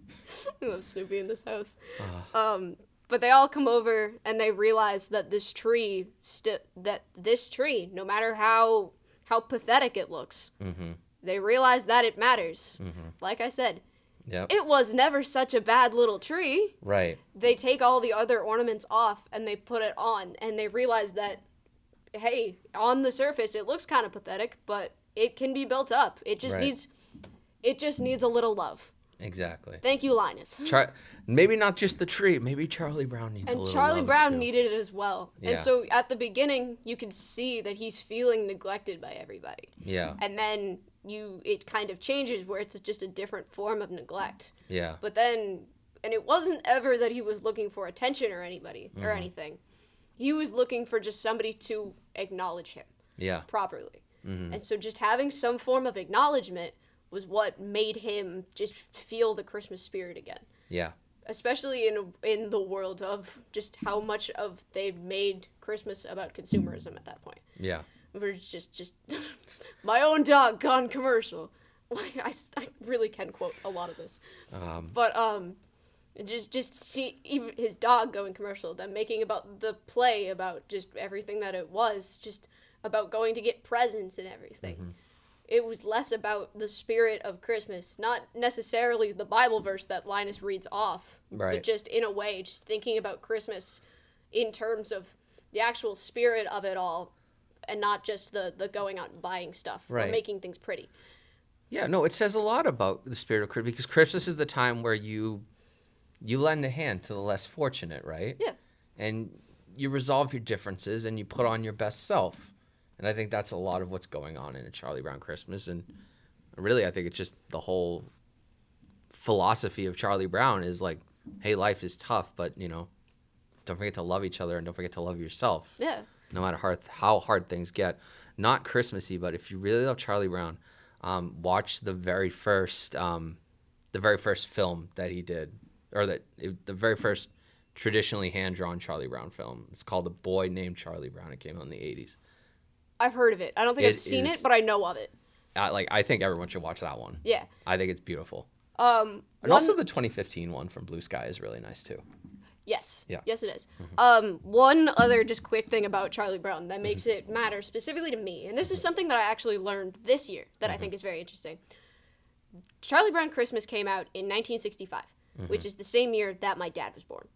I love Snoopy in this house.
Ah.
Um, but they all come over and they realize that this tree, sti- that this tree, no matter how how pathetic it looks,
Mm-hmm.
they realize that it matters.
Mhm.
Like I said,
Yep.
it was never such a bad little tree.
right.
they take all the other ornaments off and they put it on and they realize that hey on the surface it looks kind of pathetic but it can be built up it just
Right.
needs it just needs a little love
Exactly.
thank you linus
Char- maybe not just the tree. Maybe Charlie Brown needs a
and
little.
charlie
love,
brown
too.
needed it as well
Yeah.
and so at the beginning you can see that he's feeling neglected by everybody
Yeah.
and then you it kind of changes where it's just a different form of neglect
Yeah.
But then, and it wasn't ever that he was looking for attention or anybody or
Mhm.
anything. He was looking for just somebody to acknowledge him
Yeah.
properly.
Mm-hmm.
And so, just having some form of acknowledgement was what made him just feel the Christmas spirit again.
Yeah.
Especially in in the world of just how much of they made Christmas about consumerism at that point.
Yeah.
We're just just my own dog gone commercial. Like I, s- I really can quote a lot of this.
Um,
But um, just just see even his dog going commercial, them making about the play about just everything that it was, just about going to get presents and everything.
Mm-hmm.
It was less about the spirit of Christmas, not necessarily the Bible verse that Linus reads off,
Right.
but just in a way, just thinking about Christmas in terms of the actual spirit of it all and not just the the going out and buying stuff
Right.
or making things pretty.
Yeah, no, it says a lot about the spirit of Christmas because Christmas is the time where you you lend a hand to the less fortunate, right?
Yeah.
And you resolve your differences and you put on your best self. And I think that's a lot of what's going on in a Charlie Brown Christmas and really I think it's just the whole philosophy of Charlie Brown is like, hey, life is tough, but you know, don't forget to love each other and don't forget to love yourself
Yeah.
no matter hard, how hard things get. Not Christmassy, but if you really love Charlie Brown, um, watch the very first um, the very first film that he did, or that the very first traditionally hand drawn Charlie Brown film. It's called A Boy Named Charlie Brown. It came out in the '80s.
I've heard of it. I don't think
It
I've seen
is-
it, but I know of it.
I, like I think everyone should watch that one.
Yeah.
I think it's beautiful,
Um
and
one-
also the 2015 one from Blue Sky is really nice too.
Yes.
Yeah.
Yes, it is. Um, one other just quick thing about Charlie Brown that makes it matter specifically to me, and this is something that I actually learned this year that I think is very interesting. Charlie Brown Christmas came out in 1965, which is the same year that my dad was born.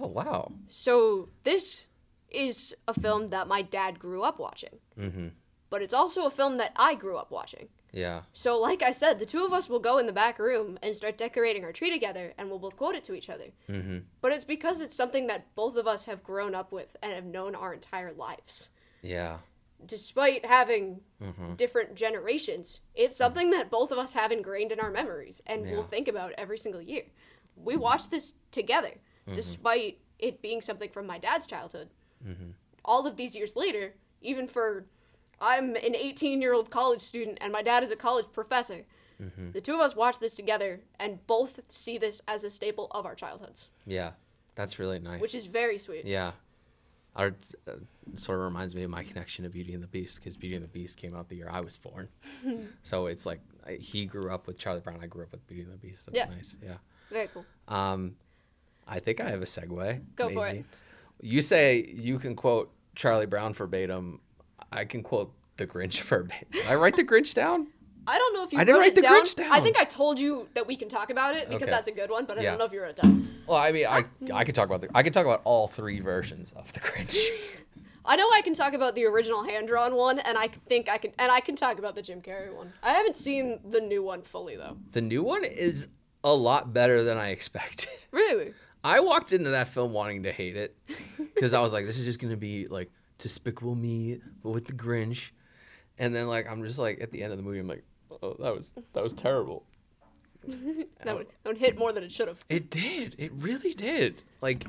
Oh wow!
So this is a film that my dad grew up watching,
Mm-hmm.
but it's also a film that I grew up watching.
Yeah,
So, like I said, the two of us will go in the back room and start decorating our tree together, and we'll both quote it to each other.
mm-hmm.
But it's because it's something that both of us have grown up with and have known our entire lives.
yeah,
Despite having
mm-hmm. Mm.
different generations, it's something that both of us have ingrained in our memories and we'll
Yeah.
think about every single year. We watched this together,
Mm-hmm.
despite it being something from my dad's childhood.
Mhm.
All of these years later, even for I'm an 18 year old college student and my dad is a college professor,
Mhm.
the two of us watch this together and both see this as a staple of our childhoods,
yeah. That's really nice.
which is very sweet.
Yeah. Our, uh, sort of reminds me of my connection to Beauty and the Beast because Beauty and the Beast came out the year I was born. so it's like I, he grew up with Charlie Brown. I grew up with Beauty and the Beast. That's
Yeah.
nice. Yeah.
Very cool.
Um, I think I have a segue.
Go for it.
You say you can quote Charlie Brown verbatim. I can quote the Grinch verbatim. Did I write the Grinch down?
I don't know if you
I didn't
wrote
write
it
the
down.
Grinch down.
I think I told you that we can talk about it because
Okay.
that's a good one, but I
Yeah.
don't know if you wrote it down.
Well, I mean, I I could talk about the I could talk about all three versions of the Grinch.
I know I can talk about the original hand drawn one, and I think I can, and I can talk about the Jim Carrey one. I haven't seen the new one fully though.
the new one is a lot better than I expected.
Really?
I walked into that film wanting to hate it because I was like, this is just gonna be like Despicable Me, but with the Grinch. And then like I'm just like at the end of the movie, I'm like, oh, that was that was terrible.
That would, that would hit more than it should have.
It did. It really did. Like,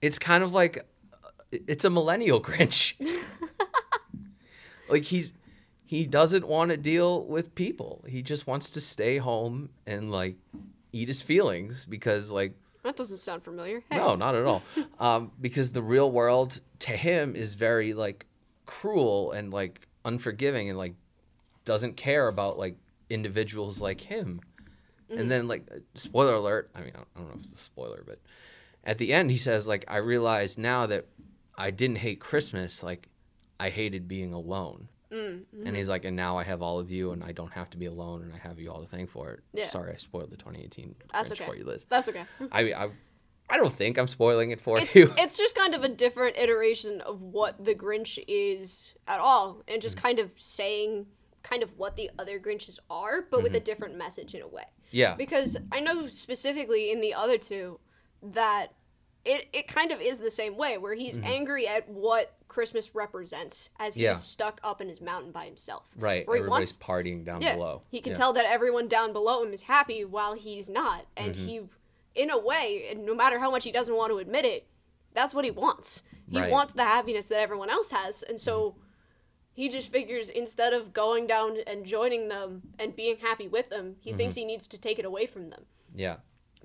it's kind of like it's a millennial Grinch. like he's he doesn't want to deal with people. He just wants to stay home and like eat his feelings because like
That doesn't sound familiar. Hey.
No, not at all. um, because the real world to him is very like cruel and like unforgiving and like doesn't care about like individuals like him.
Mm.
And then like spoiler alert, I mean I don't, I don't know if it's a spoiler, but at the end he says like I realize now that I didn't hate Christmas, like I hated being alone.
Mm, mm.
And he's like, and now I have all of you, and I don't have to be alone, and I have you all to thank for it.
Yeah.
Sorry, I spoiled the 2018
That's
Grinch
okay.
for you, Liz.
That's okay.
I mean, I, I don't think I'm spoiling it for
It's,
you.
it's just kind of a different iteration of what the Grinch is at all, and
Mm-hmm.
just kind of saying kind of what the other Grinches are, but
Mm-hmm.
with a different message in a way.
yeah,
because I know specifically in the other two that it it kind of is the same way where he's angry at what Christmas represents as he's
Mm-hmm. Yeah.
stuck up in his mountain by himself.
right.
Where he
Everybody's
wants
partying down
yeah,
below.
he can
Yeah.
tell that everyone down below him is happy while he's not, and
Mm-hmm.
he, in a way, and no matter how much he doesn't want to admit it, that's what he wants. He
Right. Mm-hmm.
wants the happiness that everyone else has, and so. He just figures instead of going down and joining them and being happy with them, he thinks
Mm-hmm.
he needs to take it away from them
Yeah,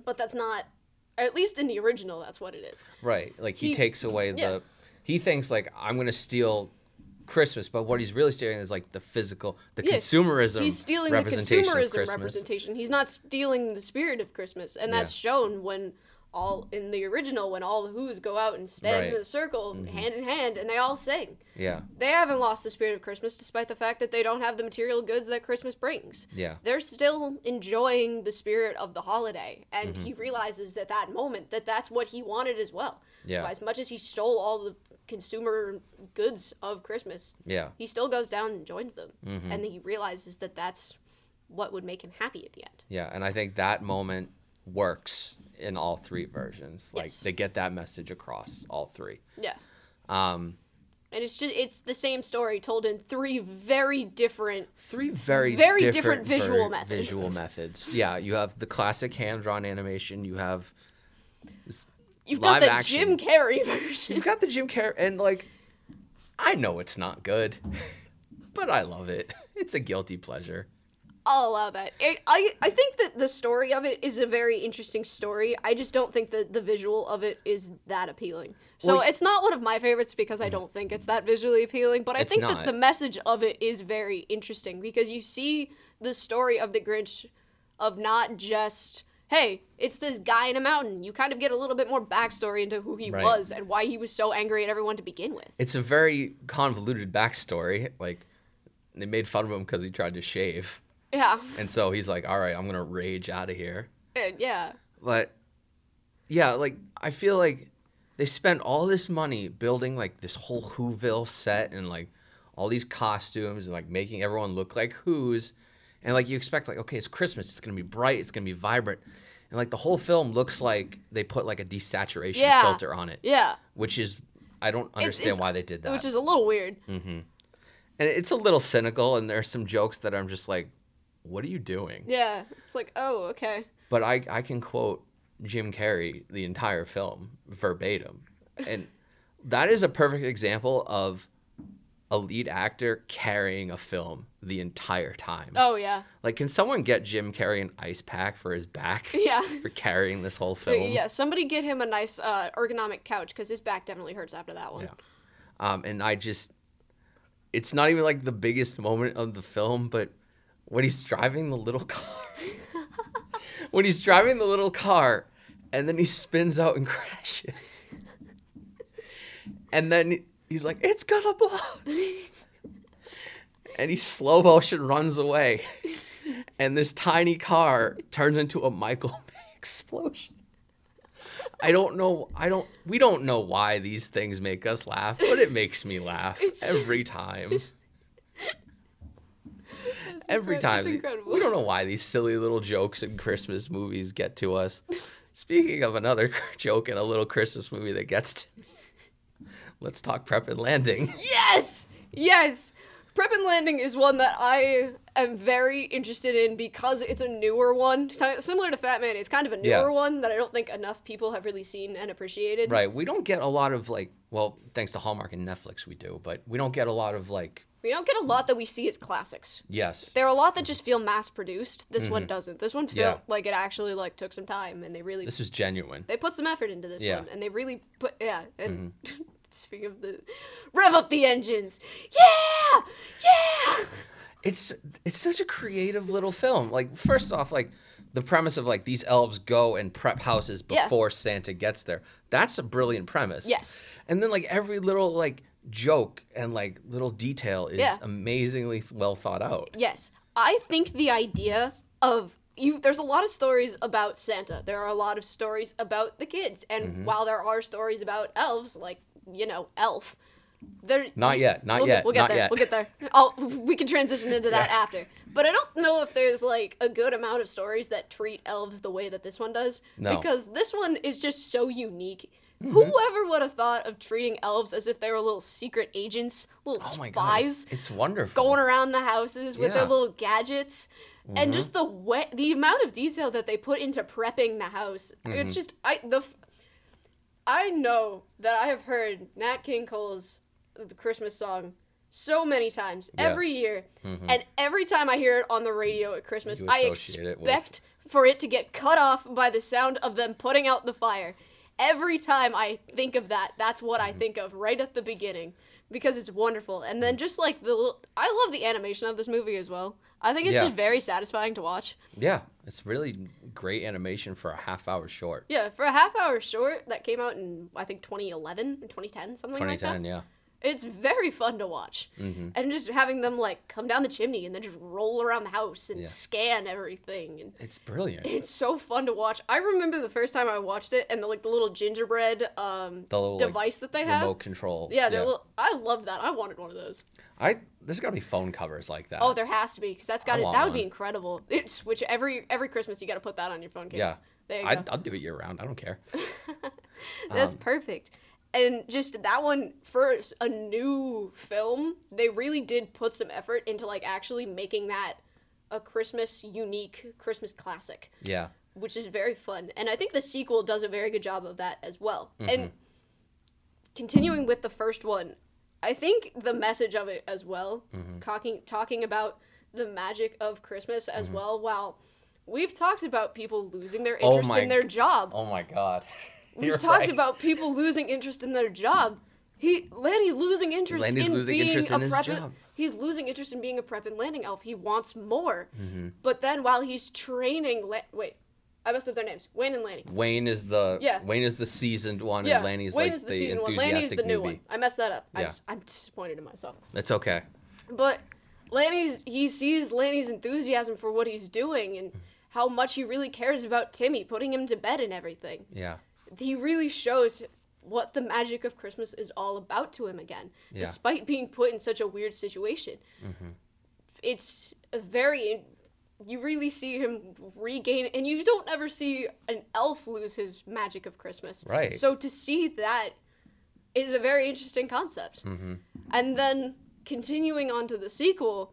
but that's not or at least in the original that's what it is
right. Like he,
He-
takes away
yeah.
the. He thinks like I'm gonna steal Christmas, but what he's really stealing is like the physical, the
Yeah,
consumerism.
he's stealing the
representation of
consumerism
Christmas.
representation he's not stealing the spirit of christmas and that's shown when all in the original when all the Who's go out and stand
Right. Mm-hmm.
in the circle hand in hand and they all sing.
Yeah.
They haven't lost the spirit of Christmas despite the fact that they don't have the material goods that Christmas brings.
Yeah.
They're still enjoying the spirit of the holiday and he
Mm-hmm.
realizes at that moment that that's what he wanted as well.
Yeah.
As much as he stole all the consumer goods of Christmas,
Yeah.
he still goes down and joins them.
Mhm.
And then he realizes that that's what would make him happy at the end.
Yeah, and I think that moment works in all three versions. Like
Yes.
they get that message across all three.
Yeah.
Um,
And it's just it's the same story told in three very different
three very
Very different visual
ver-
methods.
Visual methods. Yeah, you have the classic hand-drawn animation. You have
You've
Live
got the
action.
Jim Carrey version.
you've got the Jim Carrey, and like I know it's not good, but I love it. It's a guilty pleasure.
I'll allow that. I, I I think that the story of it is a very interesting story. I just don't think that the visual of it is that appealing. So
Well, y- Mm-hmm.
it's not one of my favorites because I don't think it's that visually appealing. But I
It's
think
not.
that the message of it is very interesting because you see the story of the Grinch, of not just hey, it's this guy in a mountain. You kind of get a little bit more backstory into who he
Right.
was and why he was so angry at everyone to begin with.
It's a very convoluted backstory. Like they made fun of him because he tried to shave,
Yeah,
and so he's like, "All right, I'm gonna rage out of here."
And yeah.
but yeah, like I feel like they spent all this money building like this whole Whoville set and like all these costumes and like making everyone look like Who's, and like you expect like okay, it's Christmas, it's gonna be bright, it's gonna be vibrant, and like the whole film looks like they put like a desaturation
Yeah.
filter on it,
Yeah,
which is I don't understand
it's-
why they did that. Mm.
which is a little weird.
and it's a little cynical, and there's some jokes that I'm just like, what are you doing?
Yeah, it's like oh okay.
but I, I can quote Jim Carrey the entire film verbatim. And that is a perfect example of a lead actor carrying a film the entire time.
Oh yeah,
Like, can someone get Jim Carrey an ice pack for his back?
yeah,
For carrying this whole film?
yeah. Somebody get him a nice uh, ergonomic couch because his back definitely hurts after that one.
Yeah. Um, and I just, it's not even like the biggest moment of the film, but when he's driving the little car, when he's driving the little car, and then he spins out and crashes, and then he's like, "It's gonna blow," and he slow motion runs away, and this tiny car turns into a Michael Bay explosion. I don't know. I don't. We don't know why these things make us laugh, but it makes me laugh
It's just-
every time. Every
incredi-
time.
it's incredible.
We don't know why these silly little jokes in Christmas movies get to us. Speaking of another joke in a little Christmas movie that gets to me, let's talk Prep and Landing.
Yes, yes. Prep and landing is one that I am very interested in because it's a newer one, Si- similar to Fat Man. It's kind of a
Yeah.
newer one that I don't think enough people have really seen and appreciated.
Right. We don't get a lot of like, well, thanks to Hallmark and Netflix, we do, but we don't get a lot of like,
We don't get a lot that we see as classics.
yes.
There are a lot that just feel mass produced. This one doesn't. This one felt
Mm-hmm. Yeah.
like it actually like took some time and they really
This was genuine.
they put some effort into this
Yeah.
one and they really put yeah and speaking of the rev up the engines yeah yeah
it's it's such a creative little film. Like first off, like the premise of like these elves go and prep houses
Yeah.
before Santa gets there. That's a brilliant premise.
Yes.
And then like every little like joke and like little detail is
Yeah.
amazingly well thought out.
yes i think the idea of you there's a lot of stories about santa there are a lot of stories about the kids and
Mm-hmm.
while there are stories about elves like you know elf there
Not yet, not
we'll
yet,
get, we'll get
not
there
yet.
we'll get there I'll, we can transition into that after but i don't know if there's like a good amount of stories that treat elves the way that this one does
No. Mm-hmm.
because this one is just so unique whoever would have thought of treating elves as if they were little secret agents little
Oh my god.
spies
It's, it's wonderful.
going around the houses with their
Yeah.
little gadgets and just the way, the amount of detail that they put into prepping the house
Mm-hmm.
it's just i the f- i know that i have heard nat king cole's the christmas song so many times
Yeah. Mm-hmm.
every year and every time i hear it on the radio at christmas
You
i
associate it with-
expect for it to get cut off by the sound of them putting out the fire every time i think of that that's what
Mm-hmm.
i think of right at the beginning because it's wonderful and
Mm.
then just like the little, i love the animation of this movie as well i think it's
Yeah.
just very satisfying to watch
Yeah, It's really great animation for a half hour short.
Yeah, for a half hour short that came out in I think 2011 or 2010, something like that.
2010, yeah.
It's very fun to watch.
hmm
And just having them like come down the chimney and then just roll around the house and
Yeah.
scan everything and
It's brilliant.
it's so fun to watch. I remember the first time I watched it and the like the little gingerbread um
The little like,
device that they
remote
have.
control.
Yeah, they're Little, I love that. I wanted one of those.
I there's got to be phone covers like that.
Oh, there has to be because that's got
Uh, I
to
want
That would be
one.
incredible. It's which every every Christmas you got to put that on your phone case.
Yeah.
there you
I,
go.
I'll do it year round. I don't care.
That's
Um,
perfect. And just that one for s- a new film, they really did put some effort into like actually making that a Christmas unique Christmas classic,
Yeah.
which is very fun. And I think the sequel does a very good job of that as well.
Mm-hmm.
And continuing with the first one, I think the message of it as well,
Mm-hmm.
talking talking about the magic of Christmas as well. While we've talked about people losing their
Mm-hmm. Oh
interest
my
in their job,
Oh my god.
We've
You're
talked
right.
about people losing interest in their job. He Lanny's losing interest
Lanny's
in
losing
being
interest
a
in his
prep.
job.
He's losing interest in being a prep and landing elf. He wants more.
Mm-hmm.
But then while he's training, La- wait, I messed up their names. Wayne and Lanny.
Wayne is the
Yeah.
Wayne is the seasoned one,
Yeah,
and Lanny's
Wayne
like
is the,
the,
season one.
enthusiastic
Lanny is the
newbie.
new one. I messed that up. I'm,
Yeah.
s- I'm disappointed in myself.
That's okay.
But Lanny's he sees Lanny's enthusiasm for what he's doing and how much he really cares about Timmy, putting him to bed and everything.
Yeah.
he really shows what the magic of Christmas is all about to him again,
Yeah. Mm-hmm.
despite being put in such a weird situation. It's a very. You really see him regain, and you don't ever see an elf lose his magic of Christmas.
Right.
So to see that is a very interesting concept.
Mm-hmm.
And then continuing on to the sequel,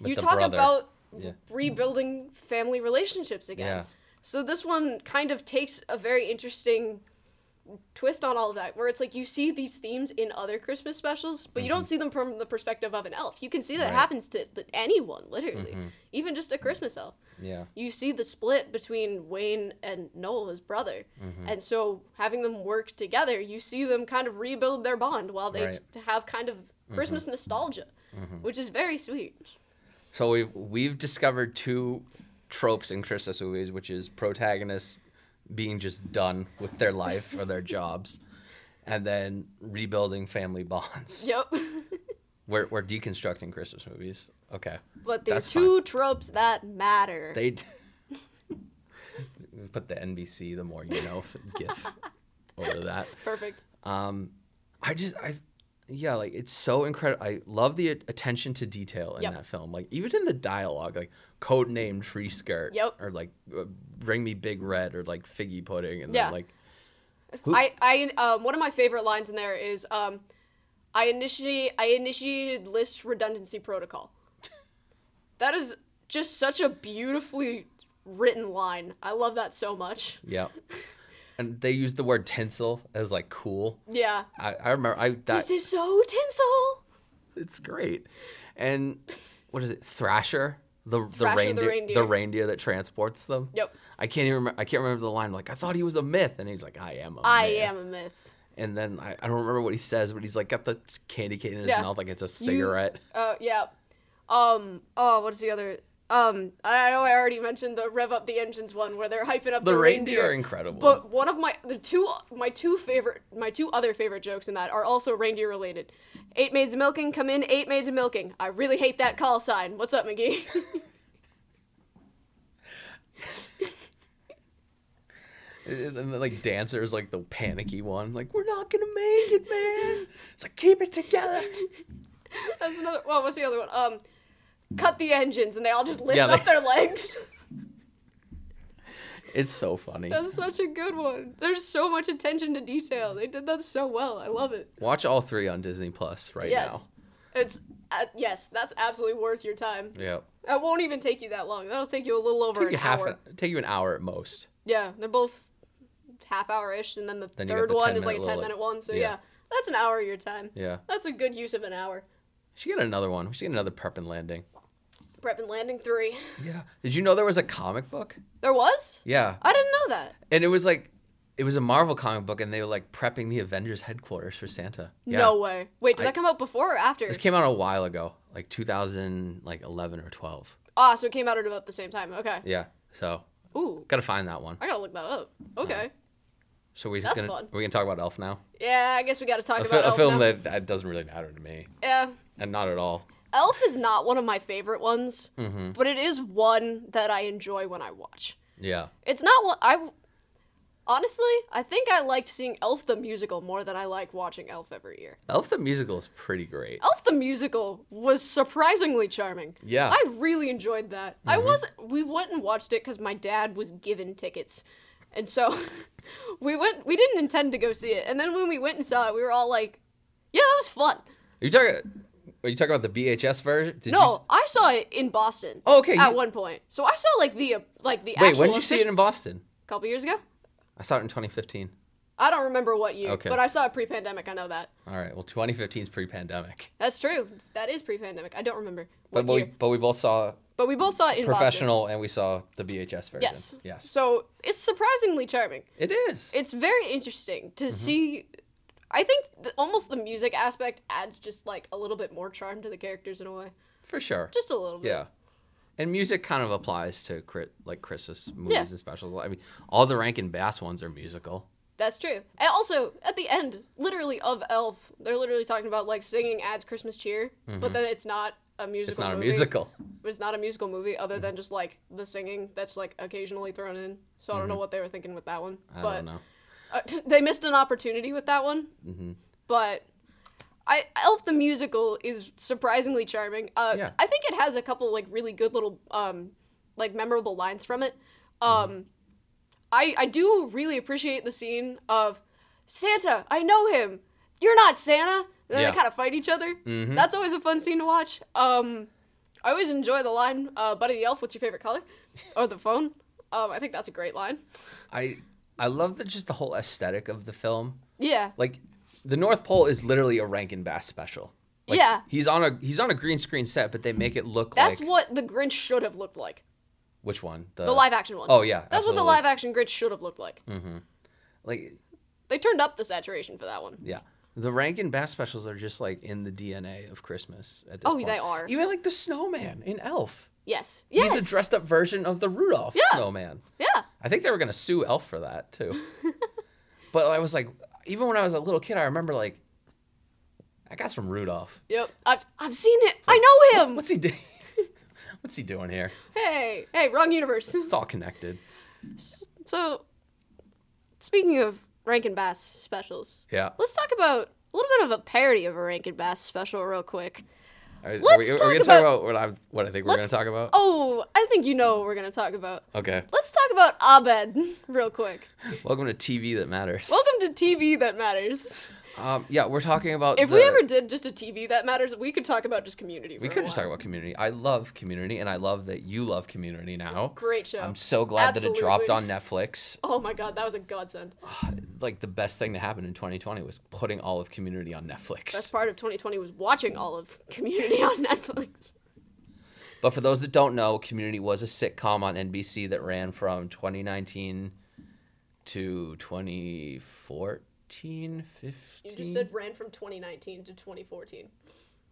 With
you
the
talk
brother.
about
Yeah.
rebuilding family relationships again.
Yeah.
So this one kind of takes a very interesting twist on all of that, where it's like you see these themes in other Christmas specials, but you don't see them from the perspective of an elf. You can see that
Mm-hmm. Right. Mm-hmm.
happens to th- anyone, literally, even just a Christmas elf.
Yeah.
You see the split between Wayne and Noel, his brother,
Mm-hmm.
and so having them work together, you see them kind of rebuild their bond while they
Right. Mm-hmm.
t- have kind of Christmas nostalgia, which is very sweet.
So we've we've discovered two tropes in Christmas movies, which is protagonists being just done with their life or their jobs, and then rebuilding family bonds.
Yep.
We're we're deconstructing Christmas movies. Okay.
but they're
That's
two tropes that matter.
They d- put the NBC, the more you know, gif over that.
Perfect.
Um, I just I, yeah, like it's so incredible. I love the a- attention to detail in
Yep.
that film. Like even in the dialogue, like code name tree skirt,
Yep.
or like uh, bring me big red, or like figgy pudding, and
Yeah.
then like Who-
I, I um, one of my favorite lines in there is um, I initiate I initiated list redundancy protocol. that is just such a beautifully written line. I love that so much.
yeah, and they use the word tinsel as like cool.
Yeah.
I, I remember I that
this is so tinsel.
it's great, and what is it Thrasher. The, the,
Thrasher the
reindeer, the reindeer
reindeer.
that transports them.
Yep.
I can't even remember. I can't remember the line. Like I thought he was a myth, and he's like, I am a
I
myth."
am a myth.
And then I, I don't remember what he says, but he's like got the candy cane in his
Yeah.
mouth like it's a cigarette.
Uh, yeah. Um. Oh, what is the other? Um. I know I already mentioned the rev up the engines one where they're hyping up the,
the reindeer are incredible.
But one of my the two my two favorite my two other favorite jokes in that are also reindeer related. Eight maids a milking, come in. Eight maids a milking. I really hate that call sign. What's up, McGee?
and then, like dancer is like the panicky one, like we're not gonna make it, man. It's like keep it together.
That's another. Well, what's the other one? Um, cut the engines, and they all just lift
Yeah,
up
they-
their legs.
It's so funny.
That's such a good one. There's so much attention to detail. They did that so well. I love it.
Watch all three on Disney Plus right
yes. It's uh, yes, that's absolutely worth your time.
now. Yep.
It won't even take you that long. That'll take you a little over
Take
an
you half
hour.
an, take you an hour at most.
Yeah, they're both half hour ish, and then the
Then you got
third
the
one
10
is like a
minute
10
little,
minute one. So, yeah.
yeah.
that's an hour of your time.
Yeah.
That's a good use of an hour.
She got another one. She got another prep and landing.
Prep and Landing 3.
Yeah. Did you know there was a comic book?
There was?
Yeah.
I didn't know that.
And it was like it was a Marvel comic book and they were like prepping the Avengers headquarters for Santa. Yeah.
No way. Wait, did
I-
that come out before or after?
This came out a while ago, like 2000, like 11 or 12.
Ah, so it came out at about the same time. Okay.
Yeah. So
Ooh,
gotta find that one.
I gotta look that up. Okay.
So we
That's
gonna
fun.
we gonna talk about Elf now.
Yeah, I guess we gotta talk
A fi-
about
a
Elf
film
now.
that, that doesn't really matter to me,
Yeah,
and not at all.
Elf is not one of my favorite ones,
hmm
but it is one that I enjoy when I watch.
Yeah.
It's not what I. Honestly, I think I liked seeing Elf the musical more than I like watching Elf every year.
Elf the musical is pretty great.
Elf the musical was surprisingly charming.
Yeah. Mm-hmm.
I really enjoyed that. I was we went and watched it because my dad was given tickets, and so we went. We didn't intend to go see it, and then when we went and saw it, we were all like, "Yeah, that was fun."
Are you talking? Are you talking about the BHS version? Did You,
no,
s-
I saw it in Boston.
Oh, okay,
At
you-
one point, so I saw like the uh, like the
wait,
actual
when did you see it
official-
in Boston?
a couple years ago.
I saw it in 2015.
I don't remember what year,
Okay.
but I saw it pre-pandemic. I know that.
All right. Well, 2015 is pre-pandemic,
That's true. That is pre-pandemic. I don't remember
but
what
we
year,
but we both saw
but we both saw it in Boston.
professional and we saw the VHS version.
Yes.
Yes.
So it's surprisingly charming.
It is.
It's very interesting
Mm-hmm.
to see. I think the, almost the music aspect adds just like a little bit more charm to the characters in a way,
for sure.
just a little bit.
Yeah. And music kind of applies to cri- like Christmas movies
Yeah.
and specials. I mean, all the Rankin Bass ones are musical.
That's true. And also, at the end, literally of Elf, they're literally talking about like singing adds Christmas cheer, but then it's not a musical.
Mm-hmm. It's not a
movie.
musical. Mm-hmm.
It's not a musical movie, other than just like the singing that's like occasionally thrown in. So I don't know what they were thinking with that one,
Mm-hmm. I
but
don't know.
uh, they missed an opportunity with that one.
Mhm.
But I Elf the musical is surprisingly charming. Uh,
Yeah.
I think it has a couple like really good little um, like memorable lines from it. Um,
Mm-hmm.
I I do really appreciate the scene of Santa. I know him. You're not Santa. And then
Yeah.
they kind of fight each other.
Mhm.
That's always a fun scene to watch. Um, I always enjoy the line, uh, "Buddy the Elf, what's your favorite color?" or the phone. Um, I think that's a great line.
I I love the just the whole aesthetic of the film.
Yeah.
Like the North Pole is literally a Rankin Bass special. Like,
Yeah.
He's on a he's on a green screen set, but they make it look
That's
like
what the Grinch should have looked like.
which one?
The live action one.
Oh yeah.
That's what the
absolutely. Mm.
live action Grinch should have looked like.
like
They turned up the saturation for that one.
Yeah. The Rankin Bass specials are just like in the DNA of Christmas at this
Oh,
point.
they are.
Even like the snowman in Elf.
Yes. Yes.
He's a dressed up version of the Rudolph
Yeah.
snowman.
Yeah.
I think they were gonna sue Elf for that too. but I was like, even when I was a little kid, I remember like, that guy's from Rudolph.
Yep. I've, I've seen it. I know him.
What's he doing? What's he doing here?
Hey. Hey, wrong universe.
It's all connected.
so, speaking of Rankin Bass specials,
Yeah.
let's talk about a little bit of a parody of a Rankin Bass special, real quick.
Are, are
Let's
we, are
talk
we gonna talk
about-
about what I what I think we're gonna
Let's-
talk about?
Oh, I think you know what we're going to talk about.
Okay.
Let's talk about Abed, real quick.
Welcome to TV that matters.
Welcome to TV That Matters.
Um, yeah, we're talking about
If we
the-
ever did just a TV That Matters, we could talk about just community.
We
for a
could just talk
while.
about community. I love community, and I love that you love community now.
Great show.
I'm so glad that it dropped on
Absolutely.
Netflix.
Oh my god, that was a godsend.
Like the best thing that happened in 2020 was putting all of community on Netflix.
Best part of 2020 was watching all of Community on Netflix.
But for those that don't know, Community was a sitcom on NBC that ran from 2019 to 2014, 15.
You just said ran from 2019 to 2014.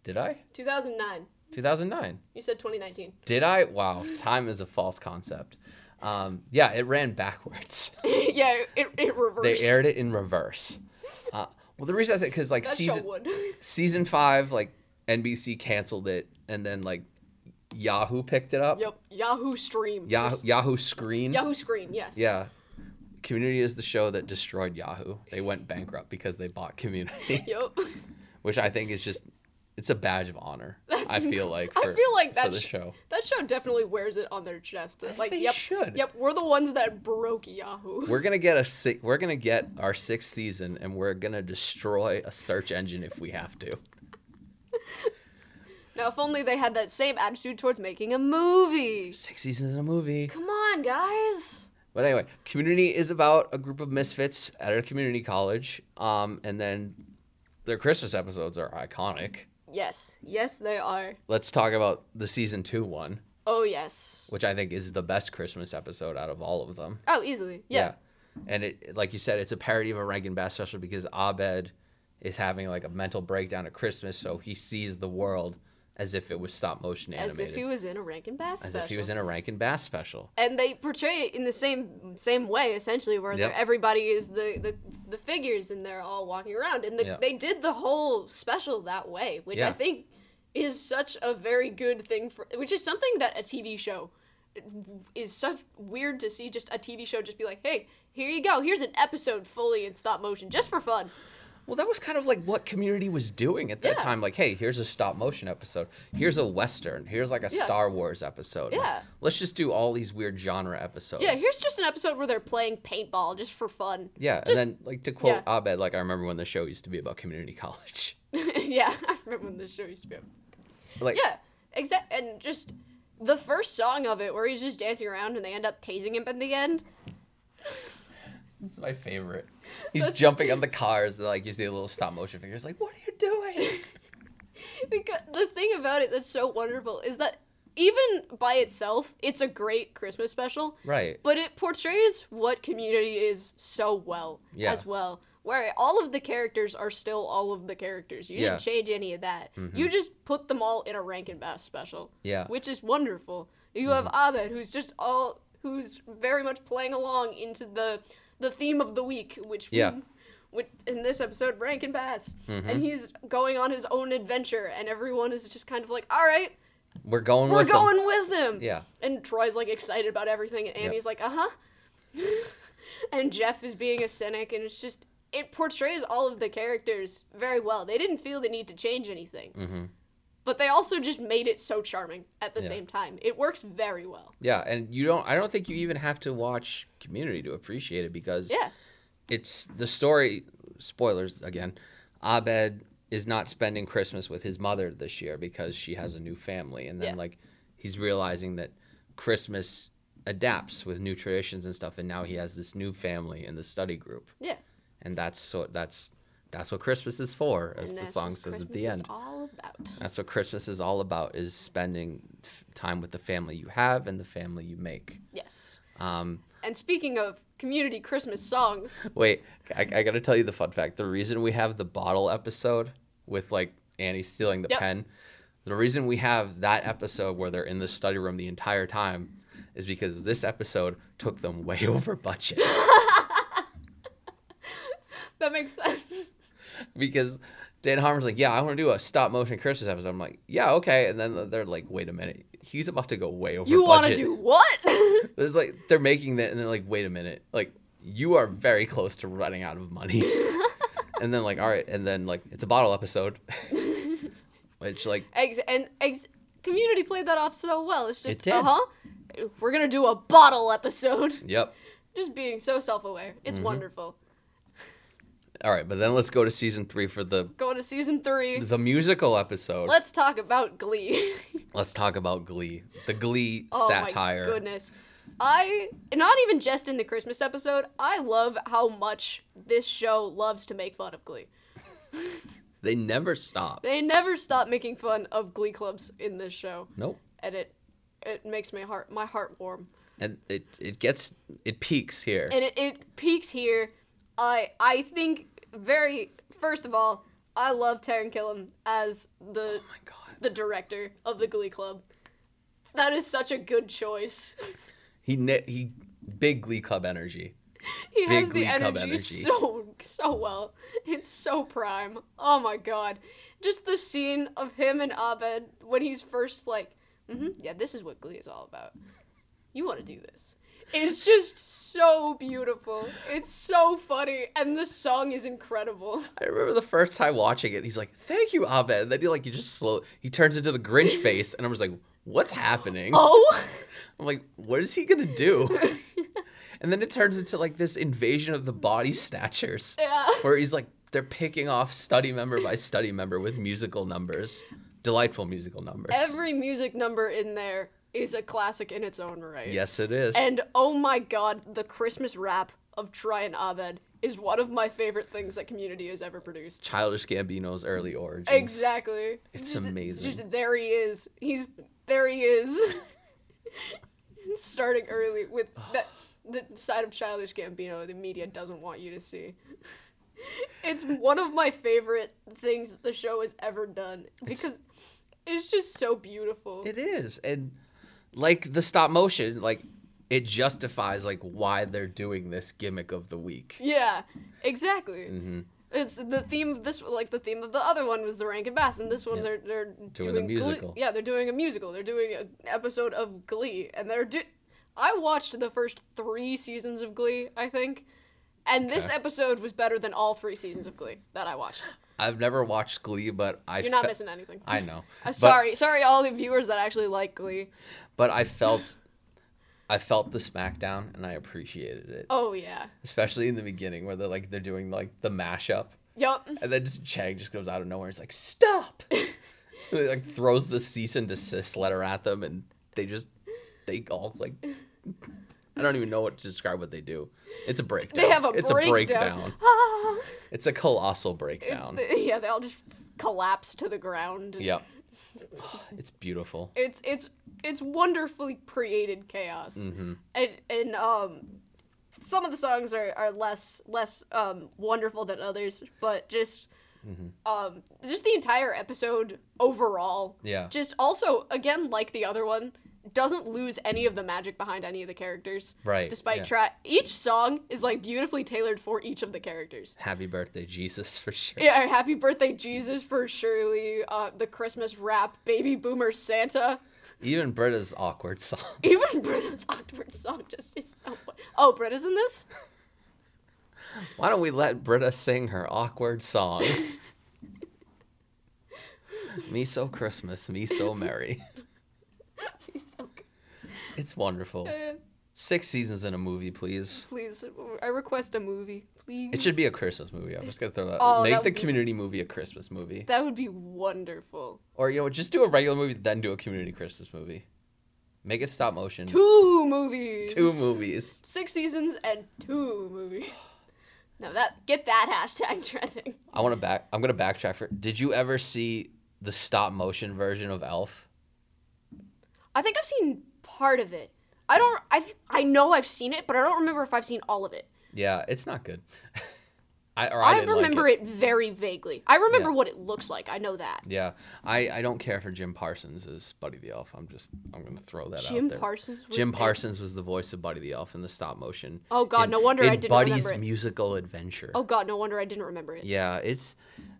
Did I?
2009.
2009.
You said 2019.
Did I? Wow, time is a false concept. Um, yeah, it ran backwards.
Oh, yeah, it, it
They
reversed.
aired it in reverse. Uh, well, the reason I said because like
that
season
show would.
season five, like NBC canceled it, and then like Yahoo picked it up.
yep. Yahoo Stream.
Yahoo, Yahoo Screen.
Yahoo Screen, yes.
mm? Yeah. Community is the show that destroyed Yahoo. They went bankrupt because they bought Community,
Yep.
which I think is just it's a badge of honor.
That's
I feel like
I
for,
feel like
for
that
the
sh-
show.
That show definitely wears it on their chest. That,
As
like,
they
yep.
should.
Yep, we're the ones that broke Yahoo.
We're gonna get a si- we're gonna get our sixth season, and we're gonna destroy a search engine if we have to.
now, if only they had that same attitude towards making a movie.
Six seasons in a movie.
Come on, guys.
But anyway, community is about a group of misfits at a community college, um, and then their Christmas episodes are iconic.
Yes. Yes, they are.
Let's talk about the season two one,
Oh, yes.
which I think is the best Christmas episode out of all of them.
Oh, easily. Yeah.
and it like you said, it's a parody of a Rankin Bass special because Abed is having like a mental breakdown at Christmas, so he sees the world as if it was stop motion
as
animated,
if he was in a Rankin Bass
as
special.
if he was in a Rankin Bass special.
and they portray it in the same same way essentially where
Yep.
they're everybody is the, the the figures and they're all walking around and the,
Yep.
they did the whole special that way which i
Yeah.
think is such a very good thing for which is something that a tv show is such weird to see just a tv show just be like hey here you go here's an episode fully in stop motion just for fun
Well, that was kind of like what Community was doing at that
Yeah.
time. Like, hey, here's a stop motion episode. Here's a western. Here's like a
Yeah.
Star Wars episode.
Yeah.
Let's just do all these weird genre episodes.
yeah here's just an episode where they're playing paintball just for fun
Yeah,
just-
and then like to quote
yeah.
Abed, like I remember when the show used to be about community college.
yeah i remember when this show used to be on
Like
Yeah, exact. And just the first song of it, where he's just dancing around and they end up tasing him at the end.
this is my favorite. He's jumping on the cars, and, like you see the little stop motion figures. Like, what are you doing?
Because the thing about it that's so wonderful is that even by itself, it's a great Christmas special.
right.
But it portrays what community is so well
Yeah.
as well. Where all of the characters are still all of the characters. You
Yeah.
didn't change any of that. You just put them all in a Rankin Bass special.
Yeah. Mm-hmm.
Which is wonderful. You have Abed who's just all who's very much playing along into the the theme of the week, which we-
Yeah. Mm-hmm.
which in this episode Rankin Bass. And he's going on his own adventure and everyone is just kind of like, All right,
We're going
we're
with them.
going with him.
Yeah.
And Troy's like excited about everything, and Annie's like, uh huh. and Jeff is being a cynic, and it's just, it portrays all of the characters very well. They didn't feel the need to change anything,
Mhm.
but they also just made it so charming at the
Yeah.
same time. It works very well.
Yeah, and you don't I don't think you even have to watch community to appreciate it because
Yeah.
it's the story spoilers again abed is not spending christmas with his mother this year because she has a new family and then
Yeah.
like he's realizing that christmas adapts with new traditions and stuff and now he has this new family in the study group
Yeah.
and that's so that's that's what christmas is for as
And
the
that's
song
what
says at
Christmas
the
is
end
all about.
that's what christmas is all about is spending f- time with the family you have and the family you make
Yes.
um,
And speaking of community Christmas songs,
Wait, I, I gotta tell you the fun fact. The reason we have the bottle episode with like Annie stealing the
Yep.
pen, the reason we have that episode where they're in the study room the entire time is because this episode took them way over budget.
that makes sense.
because Dan Harmon's like, yeah, I want to do a stop motion Christmas episode. I'm like, yeah, okay. And then they're like, wait a minute, he's about to go way over
you want to
budget.
do what?
There's like they're making that, and they're like, wait a minute, like you are very close to running out of money. and then like, all right, and then like it's a bottle episode, which like
Ex- and ex- community played that off so well. It's
It
just,
did.
uh huh. We're gonna do a bottle episode.
yep.
Just being so self-aware. It's
Mm-hmm.
wonderful.
All right, but then let's go to season three for the
Going to season three.
the musical episode.
Let's talk about Glee.
Let's talk about Glee, the Glee
oh
satire.
my goodness. I not even just in the Christmas episode. I love how much this show loves to make fun of Glee.
They never stop.
They never stop making fun of Glee clubs in this show,
nope.
and it it makes my heart my heart warm.
And it it gets it peaks here.
and it, it peaks here. I I think very first of all, I love Taron Killam as the
oh my god.
the director of the Glee Club. That is such a good choice.
He ni- he big Glee Club energy.
He
Big
has
Glee
the
Club
energy,
energy.
so so well. It's so prime. Oh my god. Just the scene of him and Abed when he's first like, hmm yeah, this is what Glee is all about. You want to do this. It's just so beautiful. It's so funny, and the song is incredible.
I remember the first time watching it, he's like, "Thank you, Abed." And then he like, you just slow. He turns into the Grinch face, and I was like, "What's happening?"
Oh,
I'm like, "What is he gonna do?" and then it turns into like this invasion of the body snatchers,
yeah.
where he's like, they're picking off study member by study member with musical numbers, delightful musical numbers.
Every music number in there is a classic in its own right.
yes, it is.
And oh my god, the Christmas rap of Try and Abed is one of my favorite things that Community has ever produced.
Childish Gambino's early origins.
Exactly.
It's
Just-
amazing.
Just there he is. He's there he is. Starting early with that the side of Childish Gambino the media doesn't want you to see. It's one of my favorite things the show has ever done because It's just so beautiful.
It is, and like the stop motion, like it justifies like why they're doing this gimmick of the week.
yeah, exactly.
hmm
It's the theme of this, like the theme of the other one was the Rankin Bass, and this one
Yeah.
they're they're
Doing a
Glee-
musical.
Yeah, they're doing a musical. They're doing an episode of Glee, and they're do. I watched the first three seasons of Glee, I think, and this
Okay.
episode was better than all three seasons of Glee that I watched.
I've never watched Glee, but I
You're not
fe-
missing anything.
I know.
I'm
But-
sorry, sorry, all the viewers that actually like Glee.
but I felt I felt the smackdown and I appreciated it,
Oh yeah,
especially in the beginning where they're like they're doing like the mashup,
yep.
and then just Chang just comes out of nowhere. And it's like stop, And he, like throws the cease and desist letter at them, and they just they all like I don't even know what to describe what they do. It's a breakdown.
They have a
it's
breakdown.
a breakdown.
Ah,
It's a colossal
it's
breakdown.
the, yeah, they all just collapse to the ground.
Yep. It's beautiful.
It's it's it's wonderfully created chaos.
hmm
and and um some of the songs are, are less less um wonderful than others but just
Mhm.
um just the entire episode overall
Yeah.
just also again like the other one doesn't lose any of the magic behind any of the characters
Right.
despite
yeah.
try each song is like beautifully tailored for each of the characters
Happy birthday, Jesus, for sure.
yeah, happy birthday, Jesus, for Shirley. Uh, the Christmas rap, baby boomer Santa.
Even Britta's awkward song.
Even Britta's awkward song just is so. Oh, Britta's in this.
Why don't we let Britta sing her awkward song? me so Christmas, me so merry.
She's so good.
It's wonderful.
Uh,
Six seasons in a movie, please.
Please, I request a movie, please.
It should be a Christmas movie. I'm just gonna throw that.
Oh,
Make
that
the
would be-
community movie a Christmas movie,
That would be wonderful.
or you know, what, just do a regular movie, then do a community Christmas movie. Make it stop motion.
Two movies.
Two movies.
Six seasons and two movies. No, that get that hashtag trending.
I want to back. I'm gonna backtrack for. Did you ever see the stop motion version of Elf?
I think I've seen part of it. I don't. I I know I've seen it, but I don't remember if I've seen all of it.
Yeah, it's not good. I or I,
I,
didn't like
remember
it.
it. very vaguely. I remember
Yeah.
what it looks like. I know that.
Yeah, I, I don't care for Jim Parsons as Buddy the Elf. I'm just I'm gonna throw that out
Jim
there.
Parsons. Was
Jim
in-
Parsons was the voice of Buddy the Elf in the stop motion.
Oh God,
in-
no wonder
in
I didn't
Buddy's
remember it.
musical adventure.
Oh God, no wonder I didn't remember it.
Yeah, it's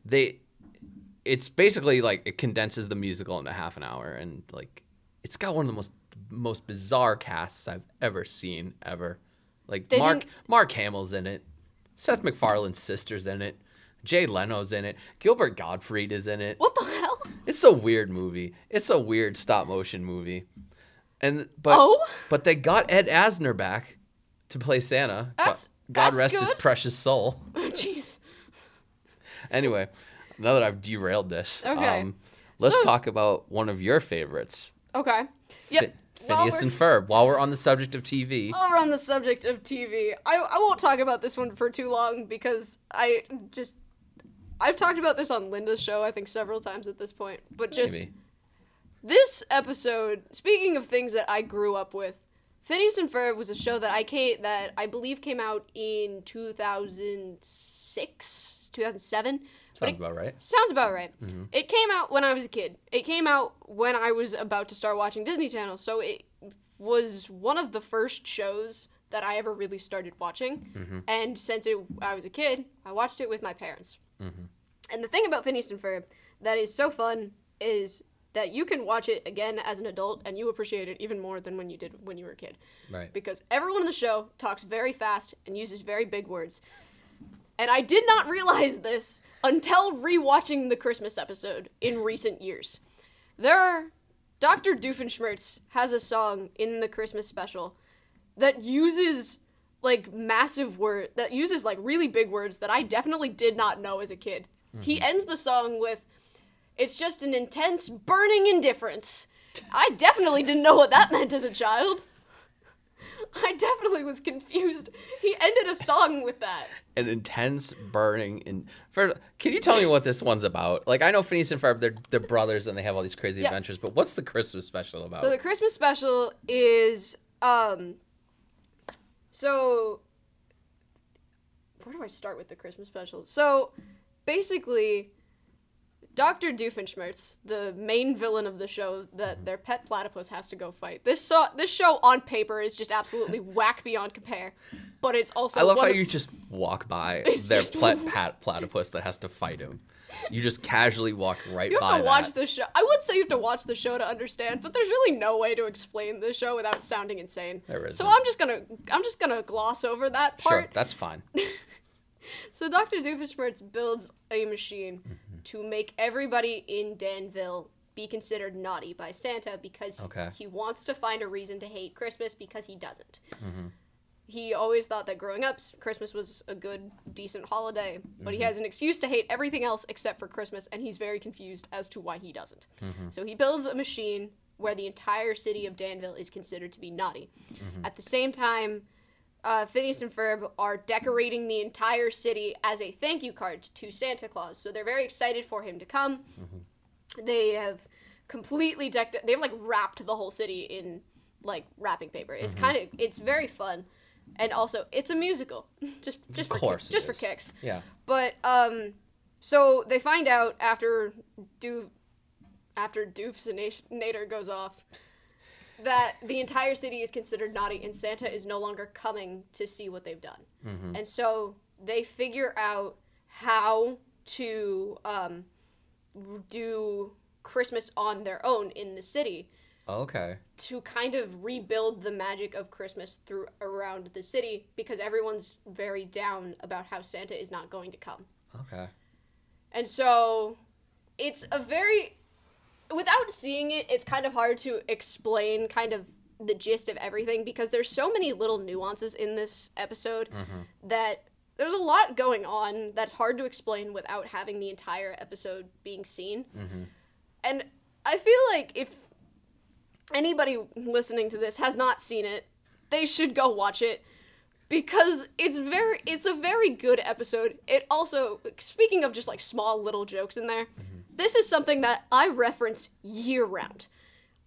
they. It's basically like it condenses the musical into half an hour, and like it's got one of the most most bizarre casts I've ever seen ever. Like
They
Mark
didn't-
Mark Hamill's in it, Seth MacFarlane's sister's in it, Jay Leno's in it, Gilbert Gottfried is in it.
What the hell?
It's a weird movie. It's a weird stop motion movie. And but
Oh?
but they got Ed Asner back to play Santa. Go-
That's-
God
that's
rest his
good.
precious soul.
Jeez.
Anyway, now that I've derailed this, um,
Okay.
let's
So-
talk about one of your favorites,
Okay. Yep.
Fin-
while
Phineas
we're- Oh,
and Ferb. While we're on the subject of TV,
While we're on the subject of TV, I, I won't talk about this one for too long because I just. I've talked about this on Linda's show, I think, several times at this point. But just
maybe.
this episode, speaking of things that I grew up with, Phineas and Ferb was a show that I came, that I believe came out in 2006, 2007. but
sounds
it-
about right.
Sounds about right. It came out when I was a kid. It came out when I was about to start watching Disney Channel, so it was one of the first shows that I ever really started watching. And since it, I was a kid, I watched it with my parents. And the thing about Phineas and Ferb that is so fun is that you can watch it again as an adult and you appreciate it even more than when you did when you were a kid
Right.
because everyone in the show talks very fast and uses very big words. And I did not realize this until rewatching the Christmas episode in recent years. There are Dr. Doofenshmirtz has a song in the Christmas special that uses like massive word that uses like really big words that I definitely did not know as a kid. He ends the song with it's just an intense burning indifference. I definitely didn't know what that meant as a child. I definitely was confused. He ended a song with that.
An intense burning. In first, can you tell me what this one's about? Like I know Phineas and Ferb, they're they're brothers and they have all these crazy
Yeah.
adventures, but what's the Christmas special about?
So the Christmas special is um so where do I start with the Christmas special? So basically Dr. Doofenshmirtz, the main villain of the show that their pet platypus has to go fight. This so- this show on paper is just absolutely whack beyond compare, but it's also
I love
one
how
of-
you just walk by
It's
their
just-
plat- pat- platypus that has to fight him. You just casually walk right
you
by
have to watch
that.
the show. I would say you have to watch the show to understand, but there's really no way to explain the show without sounding insane.
There isn't.
So I'm just gonna I'm just gonna gloss over that
Sure,
part.
that's fine.
So Dr. Doofenshmirtz builds a machine to make everybody in Danville be considered naughty by Santa because
Okay.
he wants to find a reason to hate Christmas because he doesn't. He always thought that growing up, Christmas was a good, decent holiday, but he has an excuse to hate everything else except for Christmas, and he's very confused as to why he doesn't. So he builds a machine where the entire city of Danville is considered to be naughty. At the same time, uh, Phineas and Ferb are decorating the entire city as a thank you card to Santa Claus. So they're very excited for him to come.
Mm-hmm.
They have completely decked. They've like wrapped the whole city in like wrapping paper. It's
Mm-hmm.
kind of it's very fun, and also it's a musical. just just for
course
ki-
it
just for
is.
kicks.
Yeah.
But um, so they find out after do after Doofsinator goes off that the entire city is considered naughty and Santa is no longer coming to see what they've done. And so they figure out how to um, do Christmas on their own in the city
Okay.
to kind of rebuild the magic of Christmas through around the city because everyone's very down about how Santa is not going to come.
Okay.
And so it's a very without seeing it, it's kind of hard to explain kind of the gist of everything because there's so many little nuances in this episode that there's a lot going on that's hard to explain without having the entire episode being seen. And I feel like if anybody listening to this has not seen it, they should go watch it because it's very it's a very good episode. It also speaking of just like small little jokes in there, this is something that I reference year round.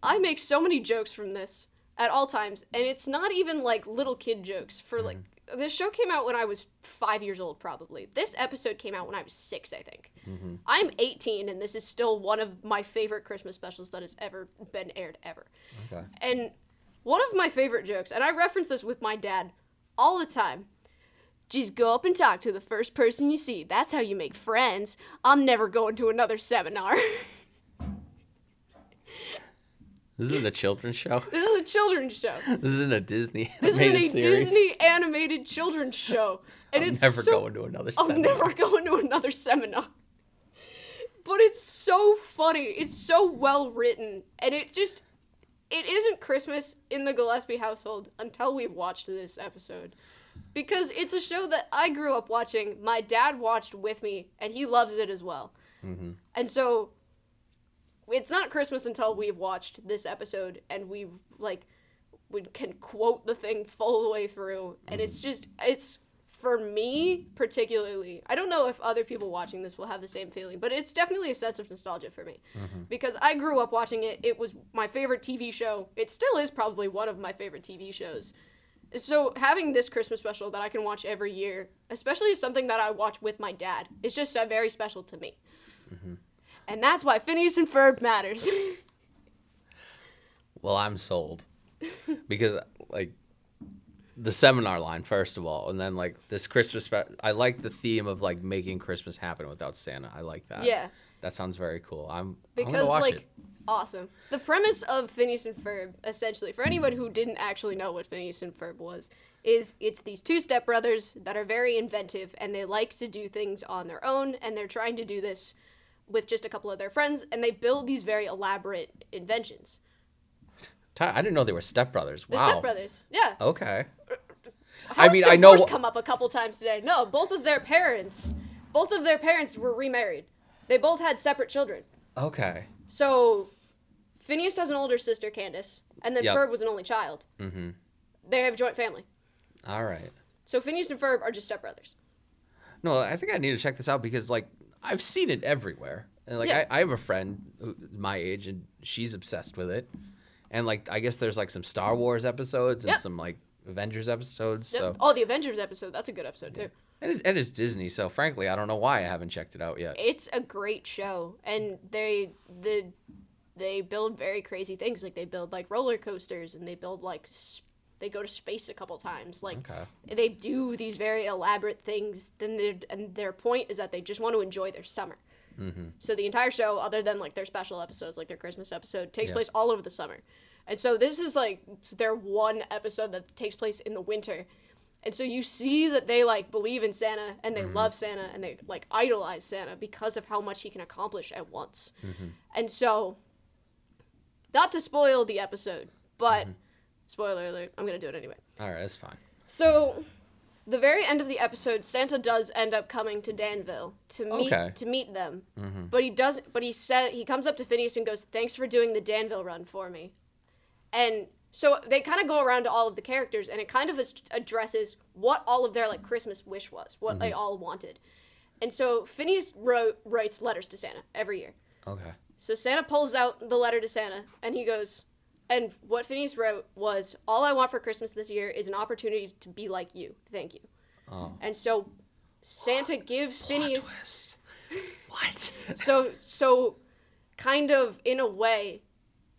I make so many jokes from this at all times, and it's not even like little kid jokes for like this show came out when I was five years old, probably. This episode came out when I was six, I think. I'm 18, and this is still one of my favorite Christmas specials that has ever been aired, ever.
Okay.
And one of my favorite jokes, and I reference this with my dad all the time. Just go up and talk to the first person you see. That's how you make friends. I'm never going to another seminar.
This isn't a children's show.
this is a children's show.
This isn't a Disney
This is
animated
a
series.
Disney animated children's show. And
I'm
it's
never
so
going to another
I'm
seminar.
never going to another seminar. But it's so funny. It's so well written. And it just it isn't Christmas in the Gillespie household until we've watched this episode. Because it's a show that I grew up watching. My dad watched with me and he loves it as well.
Mm-hmm.
And so it's not Christmas until we've watched this episode and we've like we can quote the thing full way through and it's just it's for me particularly i don't know if other people watching this will have the same feeling but it's definitely a sense of nostalgia for me because i grew up watching it it was my favorite tv show it still is probably one of my favorite tv shows so having this christmas special that i can watch every year especially something that i watch with my dad is just uh, very special to me and that's why phineas and ferb matters
Well, I'm sold because like the seminar line first of all, and then like this Christmas. spe- I like the theme of like making Christmas happen without Santa. I like that.
Yeah.
that sounds very cool. I'm I'm gonna
because
watch
like
it.
awesome the premise of phineas and ferb essentially for anyone who didn't actually know what phineas and ferb was is it's these two stepbrothers that are very inventive and they like to do things on their own and they're trying to do this with just a couple of their friends and they build these very elaborate inventions
Ty- I didn't know they were stepbrothers.
they're
Wow.
stepbrothers yeah
Okay.
How
I
has
mean, I know.
divorce come up a couple times today no both of their parents both of their parents were remarried they both had separate children
Okay.
So Phineas has an older sister, Candace, and then
Yep.
Ferb was an only child. Mm-hmm. They have a joint family.
All right.
So Phineas and Ferb are just stepbrothers.
No, I think I need to check this out because like I've seen it everywhere. And like
Yeah.
I, I have a friend who, my age and she's obsessed with it. And like I guess there's like some Star Wars episodes and
Yep.
some like Avengers episodes.
Yep.
So
Oh, the Avengers episode. That's a good episode, too.
And it, it is Disney, so frankly, I don't know why I haven't checked it out yet.
It's a great show, and they the they build very crazy things. Like they build like roller coasters, and they build like s they go to space a couple times. Like
Okay.
they do these very elaborate things. Then their and their point is that they just want to enjoy their summer.
Mm-hmm.
So the entire show, other than like their special episodes, like their Christmas episode, takes
Yeah.
place all over the summer. And so this is like their one episode that takes place in the winter. And so you see that they like believe in Santa and they love Santa and they like idolize Santa because of how much he can accomplish at once. And so, not to spoil the episode, but spoiler alert, I'm going to do it anyway.
All right, that's fine.
So, the very end of the episode, Santa does end up coming to Danville to meet
Okay.
to meet them. But he doesn't. But he said he comes up to Phineas and goes, "Thanks for doing the Danville run for me." And so they kind of go around to all of the characters, and it kind of is- addresses what all of their like Christmas wish was, what they all wanted. And so Phineas wrote, writes letters to Santa every year.
Okay.
So Santa pulls out the letter to Santa and he goes, and what Phineas wrote was, All I want for Christmas this year is an opportunity to be like you. Thank you.
Oh.
And so Santa gives Phineas
twist. What?
so so kind of in a way,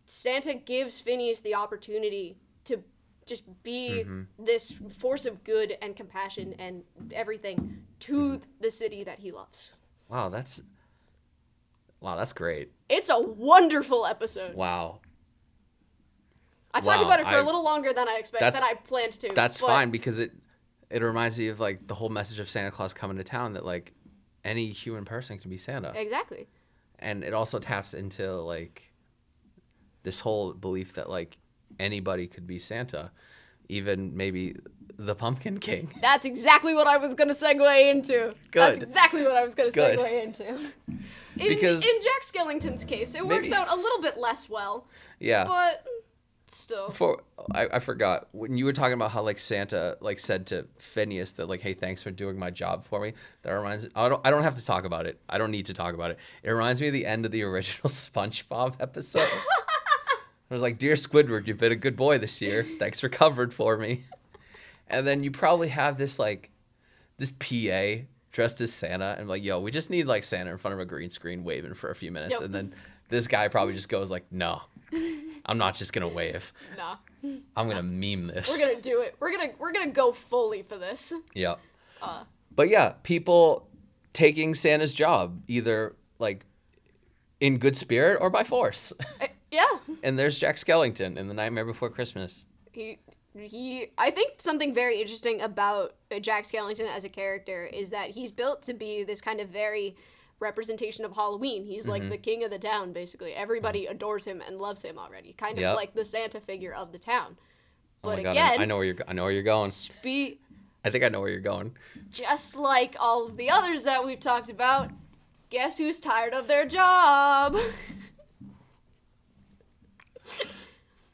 Santa gives Phineas the opportunity to just be
Mm-hmm.
this force of good and compassion and everything to
Mm-hmm.
the city that he loves.
Wow, that's wow, that's great.
It's a wonderful episode.
Wow,
I talked
Wow,
about it for a
I-
little longer than I expected,
That's-
than I planned to.
that's
but
fine because it it reminds me of like the whole message of Santa Claus coming to town that like any human person can be Santa,
Exactly.
and it also taps into like this whole belief that like anybody could be Santa, even maybe the Pumpkin King.
That's exactly what I was going to segue into. That's
Good.
exactly what I was going to
Good.
segue into. In,
Because-
in Jack Skellington's case, it works
Maybe-
out a little bit less well,
Yeah.
but still.
Before I, I forgot when you were talking about how like Santa like said to Phineas that like hey thanks for doing my job for me that reminds I don't I don't have to talk about it I don't need to talk about it it reminds me of the end of the original SpongeBob episode I was like dear Squidward you've been a good boy this year thanks for covering for me and then you probably have this like this PA dressed as Santa and like yo we just need like Santa in front of a green screen waving for a few minutes
Yep.
and then this guy probably just goes like no I'm not just gonna wave.
Nah.
I'm gonna meme this.
We're going to do it. We're going to we're going to go fully for this.
Yeah.
Uh.
but yeah, people taking Santa's job either like in good spirit or by force.
Uh, yeah.
and there's Jack Skellington in The Nightmare Before Christmas.
He he I think something very interesting about uh, Jack Skellington as a character is that he's built to be this kind of very representation of Halloween. He's
Mm-hmm.
like the king of the town basically. Everybody adores him and loves him already. Kind of
Yep.
like the Santa figure of the town.
Oh
But
my god, I-
again,
I know where you're go- I know where you're going.
spe-
I think I know where you're going.
just like all of the others that we've talked about, guess who's tired of their job?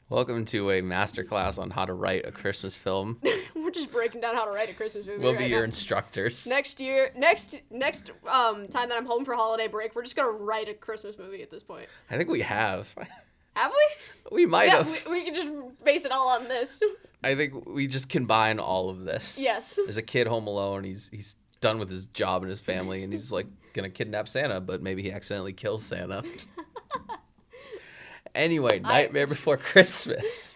Welcome to a masterclass on how to write a Christmas film.
We're just breaking down how to write a Christmas movie
We'll
right
be
now.
your instructors.
Next year, next next um, time that I'm home for holiday break, we're just gonna write a Christmas movie at this point.
I think we have.
Have we?
We might
Yeah,
have.
we, we can just base it all on this.
I think we just combine all of this.
yes.
There's a kid home alone. He's he's done with his job and his family, and he's like gonna kidnap Santa, but maybe he accidentally kills Santa. anyway, Nightmare Before Christmas,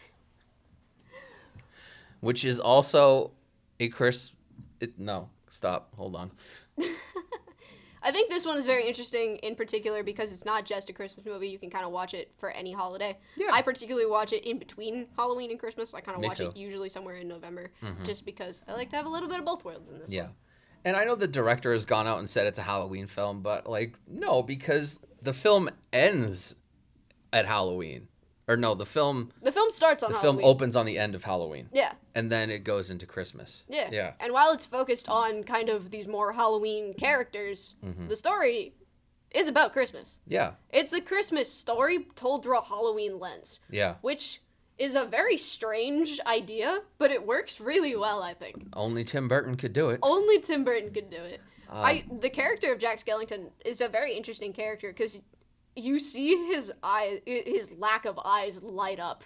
which is also a Chris. It, no, stop. Hold on.
I think this one is very interesting in particular because it's not just a Christmas movie. You can kind of watch it for any holiday.
Yeah.
I particularly watch it in between Halloween and Christmas. I kind of
Me
watch it
too. Mm-hmm.
usually somewhere in November just because I like to have a little bit of both worlds in this
Yeah.
one.
And I know the director has gone out and said it's a Halloween film, but like, no, because the film ends at Halloween. Or no, the film
The film starts on
the
Halloween.
film opens on the end of Halloween.
yeah.
and then it goes into Christmas.
Yeah.
Yeah.
And while it's focused on kind of these more Halloween characters, the story is about Christmas.
Yeah.
It's a Christmas story told through a Halloween lens,
Yeah.
which is a very strange idea, but it works really well, I think.
Only Tim Burton could do it.
Only Tim Burton could do it.
Um,
I the character of Jack Skellington is a very interesting character because you see his eye, his lack of eyes light up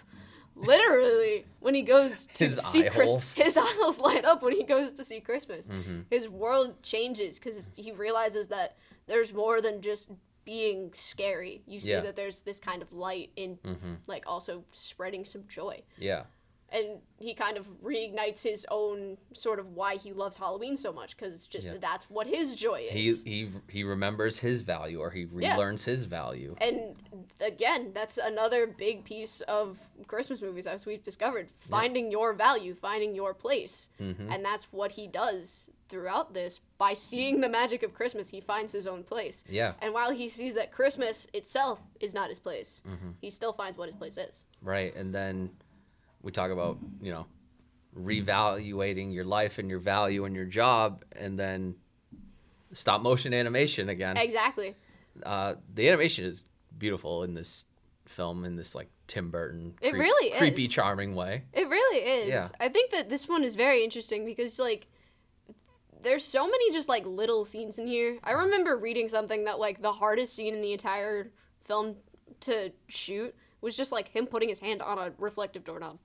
literally when he goes to
His
see
eye holes.
Christmas. His eye holes light up when he goes to see Christmas.
hmm
His world changes because he realizes that there's more than just being scary. You see
Yeah.
that there's this kind of light in
hmm
like also spreading some joy.
Yeah.
And he kind of reignites his own sort of why he loves Halloween so much because just
Yeah.
that's what his joy
He
is.
he he remembers his value, or he
Yeah.
relearns his value.
And again, that's another big piece of Christmas movies as we've discovered finding your value, finding your place.
hmm
And that's what he does throughout this. By seeing the magic of Christmas, he finds his own place.
Yeah.
And while he sees that Christmas itself is not his place,
hmm
he still finds what his place is.
Right. And then we talk about, you know, revaluating your life and your value and your job and then stop motion animation again.
Exactly.
Uh, the animation is beautiful in this film in this like Tim Burton
It really is.
creepy charming way.
It really is.
Yeah.
I think that this one is very interesting because like there's so many just like little scenes in here. I remember reading something that like the hardest scene in the entire film to shoot was just like him putting his hand on a reflective doorknob.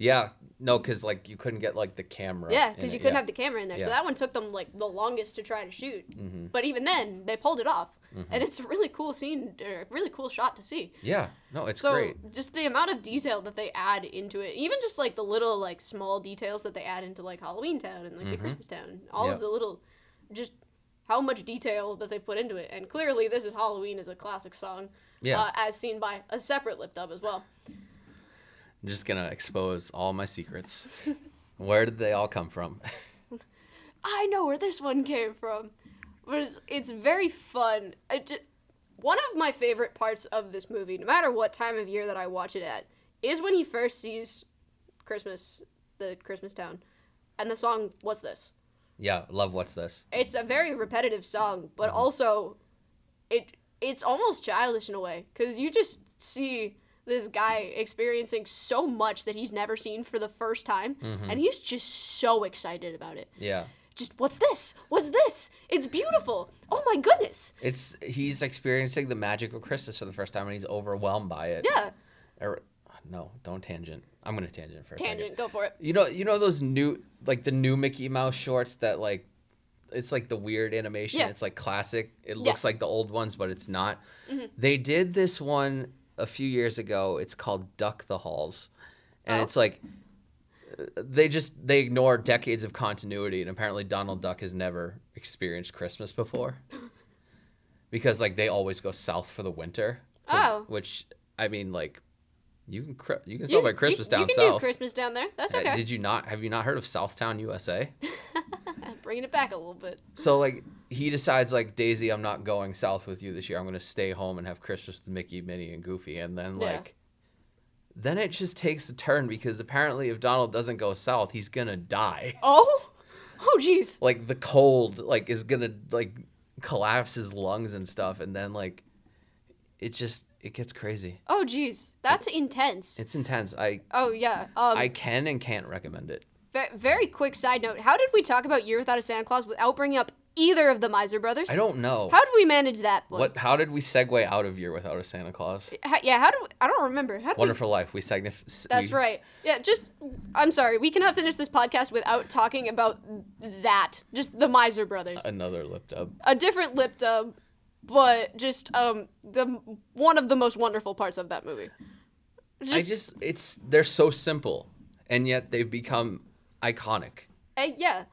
Yeah. No, cuz like you couldn't get like the camera.
Yeah, because you couldn't have the camera in there.
Yeah.
So that one took them like the longest to try to shoot.
hmm
But even then, they pulled it off.
Mhm.
And it's a really cool scene, or a really cool shot to see.
Yeah. No, it's
so
great.
just the amount of detail that they add into it, even just like the little like small details that they add into like Halloween Town and like the
Mhm.
Christmas Town, all
Yeah.
of the little, just how much detail that they put into it. And clearly, this is Halloween is a classic song,
Yeah.
uh, as seen by a separate lip dub as well.
I'm just going to expose all my secrets. Where did they all come from?
I know where this one came from. But it's, it's very fun. I ju- one of my favorite parts of this movie, no matter what time of year that I watch it at, is when he first sees Christmas, the Christmas town, and the song What's This?
yeah, love what's this?
It's a very repetitive song, but also it it's almost childish in a way cuz you just see this guy experiencing so much that he's never seen for the first time
Mhm.
and he's just so excited about it
Yeah.
just what's this? What's this? It's beautiful. Oh my goodness.
It's he's experiencing the magic of Christmas for the first time, and he's overwhelmed by it.
Yeah.
Or- no, don't tangent. I'm gonna tangent for a second.
Tangent, go for it.
You know, you know those new like the new Mickey Mouse shorts that like, it's like the weird animation.
Yeah.
It's like classic. It looks
Yes. Mm-hmm.
like the old ones, but it's not. They did this one a few years ago. It's called Duck the Halls, and
Oh.
it's like. uh, They just they ignore decades of continuity, and apparently Donald Duck has never experienced Christmas before, because like they always go south for the winter. 'Cause-
Oh.
which I mean, like, you can cr- you can
You-
celebrate Christmas
you,
down
you can
south.
do Christmas down there. That's
Uh,
okay.
Did you not? Have you not heard of Southtown, USA?
Bringing it back a little bit.
so like, he decides like Daisy, I'm not going south with you this year. I'm gonna stay home and have Christmas with Mickey, Minnie, and Goofy. And then
Yeah.
like, then it just takes a turn because apparently, if Donald doesn't go south, he's gonna die.
Oh. Oh jeez.
Like the cold, like is gonna like collapse his lungs and stuff. And then like, it just it gets crazy.
Oh jeez. That's intense.
It's intense. I
Oh yeah. Um
I can and can't recommend it.
ve- very quick side note. How did we talk about Year Without a Santa Claus without bringing up either of the Miser brothers?
I don't know.
How did we manage that one?
what? How did we segue out of year without a Santa Claus?
How, yeah, how do I don't remember. How did we
Wonderful Life. We signif-
That's
we-
right. Yeah, just I'm sorry. We cannot finish this podcast without talking about that. Just the Miser Brothers.
Another lip dub.
a different lip dub, but just um the one of the most wonderful parts of that movie.
I
Just,
just it's they're so simple, and yet they've become iconic.
uh, yeah,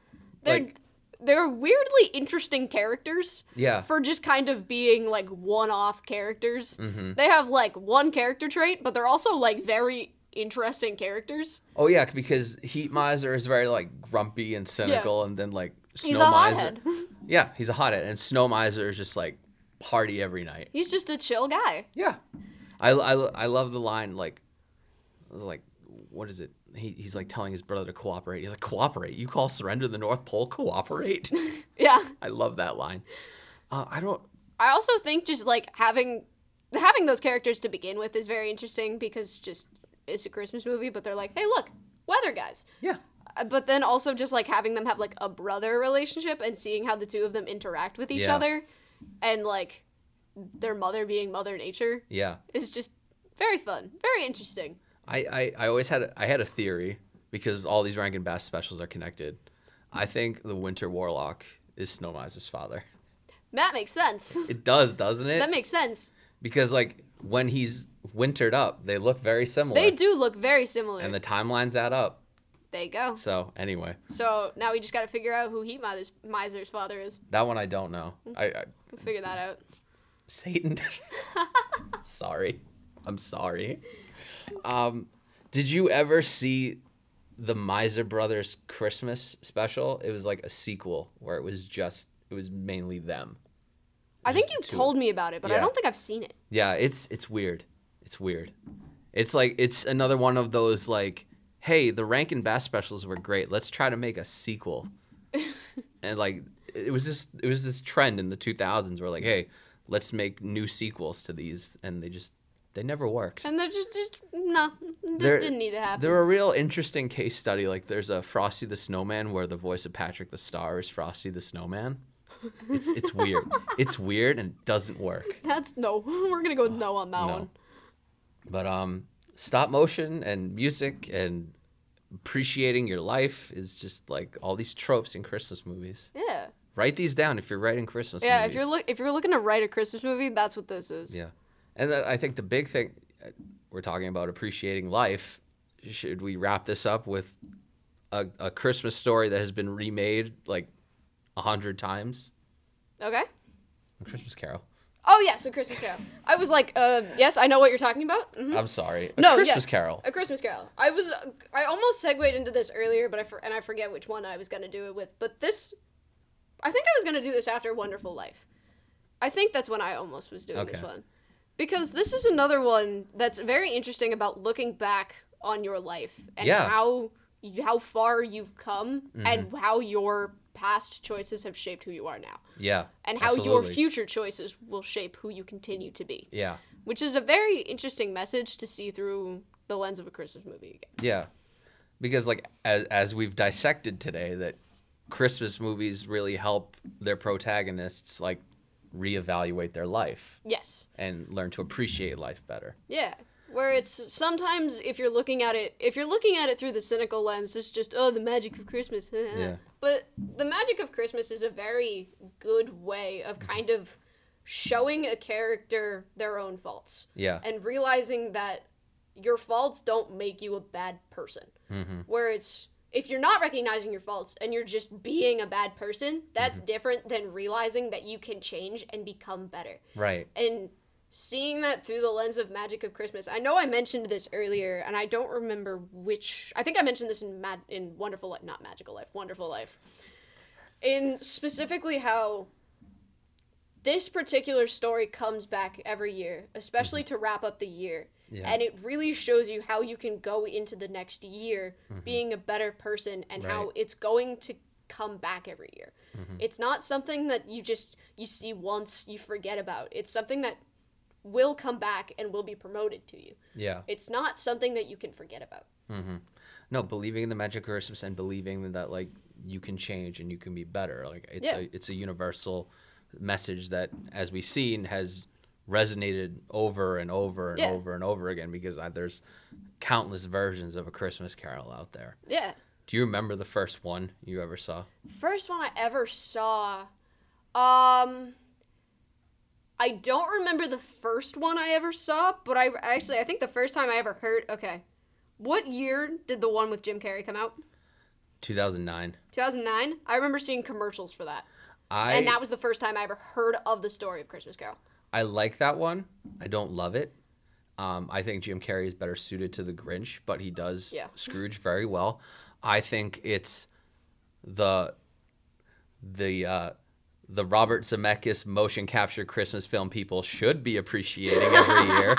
they're
like-
they're weirdly interesting characters
Yeah.
for just kind of being like one-off characters.
hmm
They have like one character trait, but they're also like very interesting characters.
Oh yeah, because Heat Miser is very like grumpy and cynical, and then like Snow
He's a
Miser.
hothead.
Yeah, he's a hothead, and Snow Miser is just like party every night.
He's just a chill guy.
Yeah, I, I, I love the line like, it was like, what is it? He, he's like telling his brother to cooperate. He's like, cooperate. You call surrender the North Pole cooperate?
Yeah.
I love that line. Uh, I don't.
I also think just like having having those characters to begin with is very interesting because just it's a Christmas movie, but they're like, hey, look, weather guys.
Yeah.
Uh, But then also just like having them have like a brother relationship and seeing how the two of them interact with each
Yeah.
other, and like their mother being Mother Nature
Yeah.
is just very fun, very interesting.
I, I, I always had a, I had a theory because all these Rankin Bass specials are connected. I think the Winter Warlock is Snow Miser's father.
That makes sense.
It does, doesn't it?
That makes sense.
because like when he's wintered up, they look very similar.
They do look very similar.
And the timelines add up.
there you go.
So anyway,
So now we just got to figure out who Heat Miser's, Miser's father is.
that one I don't know. I, I
We'll figure that out.
Satan. sorry. I'm sorry. Um, did you ever see the Miser Brothers Christmas special? It was like a sequel where it was just it was mainly them.
I think
Just
you've
two.
told me about it, but I
Yeah.
don't think I've seen it.
Yeah, it's it's weird. It's weird. It's like it's another one of those like, hey, the Rankin Bass specials were great. Let's try to make a sequel. and like it was this it was this trend in the 2000s where like, hey, let's make new sequels to these and they just they never worked.
And they're just, just no, just
They're-
didn't need to happen.
They're a real interesting case study. Like there's a Frosty the Snowman where the voice of Patrick the Star is Frosty the Snowman. It's it's weird. it's weird and it doesn't work.
That's no. We're gonna go with no on that
No.
one.
But um, stop motion and music and appreciating your life is just like all these tropes in Christmas movies.
Yeah.
Write these down if you're writing Christmas
Yeah.
movies.
If you're look, if you're looking to write a Christmas movie, that's what this is.
Yeah. And then I think the big thing uh, we're talking about appreciating life. Should we wrap this up with a, a Christmas story that has been remade like a hundred times?
Okay.
A Christmas Carol.
Oh yeah, so Christmas Carol. I was like, uh, yes, I know what you're talking about. hmm
I'm sorry. A
No,
Christmas
yes.
Carol.
A Christmas Carol. I was, I almost segued into this earlier, but I for, and I forget which one I was gonna do it with. But this, I think I was gonna do this after Wonderful Life. I think that's when I almost was doing this
Okay.
one, because this is another one that's very interesting about looking back on your life and
Yeah. Mm-hmm.
how how far you've come and how your past choices have shaped who you are now
Yeah.
and how your
absolutely.
future choices will shape who you continue to be
Yeah.
which is a very interesting message to see through the lens of a Christmas movie again.
Yeah, because like as as we've dissected today, that Christmas movies really help their protagonists like reevaluate their life
Yes.
and learn to appreciate life better.
Yeah. Where it's sometimes if you're looking at it if you're looking at it through the cynical lens, it's just oh the magic of Christmas.
Yeah.
But the magic of Christmas is a very good way of kind of showing a character their own faults
Yeah,
and realizing that your faults don't make you a bad person.
hmm
where it's if you're not recognizing your faults and you're just being a bad person, that's different than realizing that you can change and become better.
right.
And seeing that through the lens of Magic of Christmas. I know I mentioned this earlier and I don't remember which I think I mentioned this in Mad- in Wonderful Life, not Magical Life, Wonderful Life. In specifically how this particular story comes back every year, especially to wrap up the year
Yeah,
and it really shows you how you can go into the next year being a better person and how
Mm-hmm. Right. Mm-hmm.
it's going to come back every year it's not something that you just you see once you forget about it's something that will come back and will be promoted to you
yeah.
it's not something that you can forget about
hmm No, believing in the magic of Christmas and believing that like you can change and you can be better. Like it's
Yeah.
a it's a universal message that, as we've seen, has resonated over and over and
Yeah.
over and over again because I, there's countless versions of a Christmas Carol out there.
yeah
Do you remember the first one you ever saw?
first one i ever saw um i don't remember the first one i ever saw but i actually i think the first time i ever heard okay what year did the one with jim carrey come out
2009.
2009 i remember seeing commercials for that
I
and that was the first time i ever heard of the story of christmas carol
I like that one. I don't love it. Um, I think Jim Carrey is better suited to the Grinch, but he does
Yeah.
Scrooge very well. I think it's the the uh, the Robert Zemeckis motion capture Christmas film people should be appreciating every year.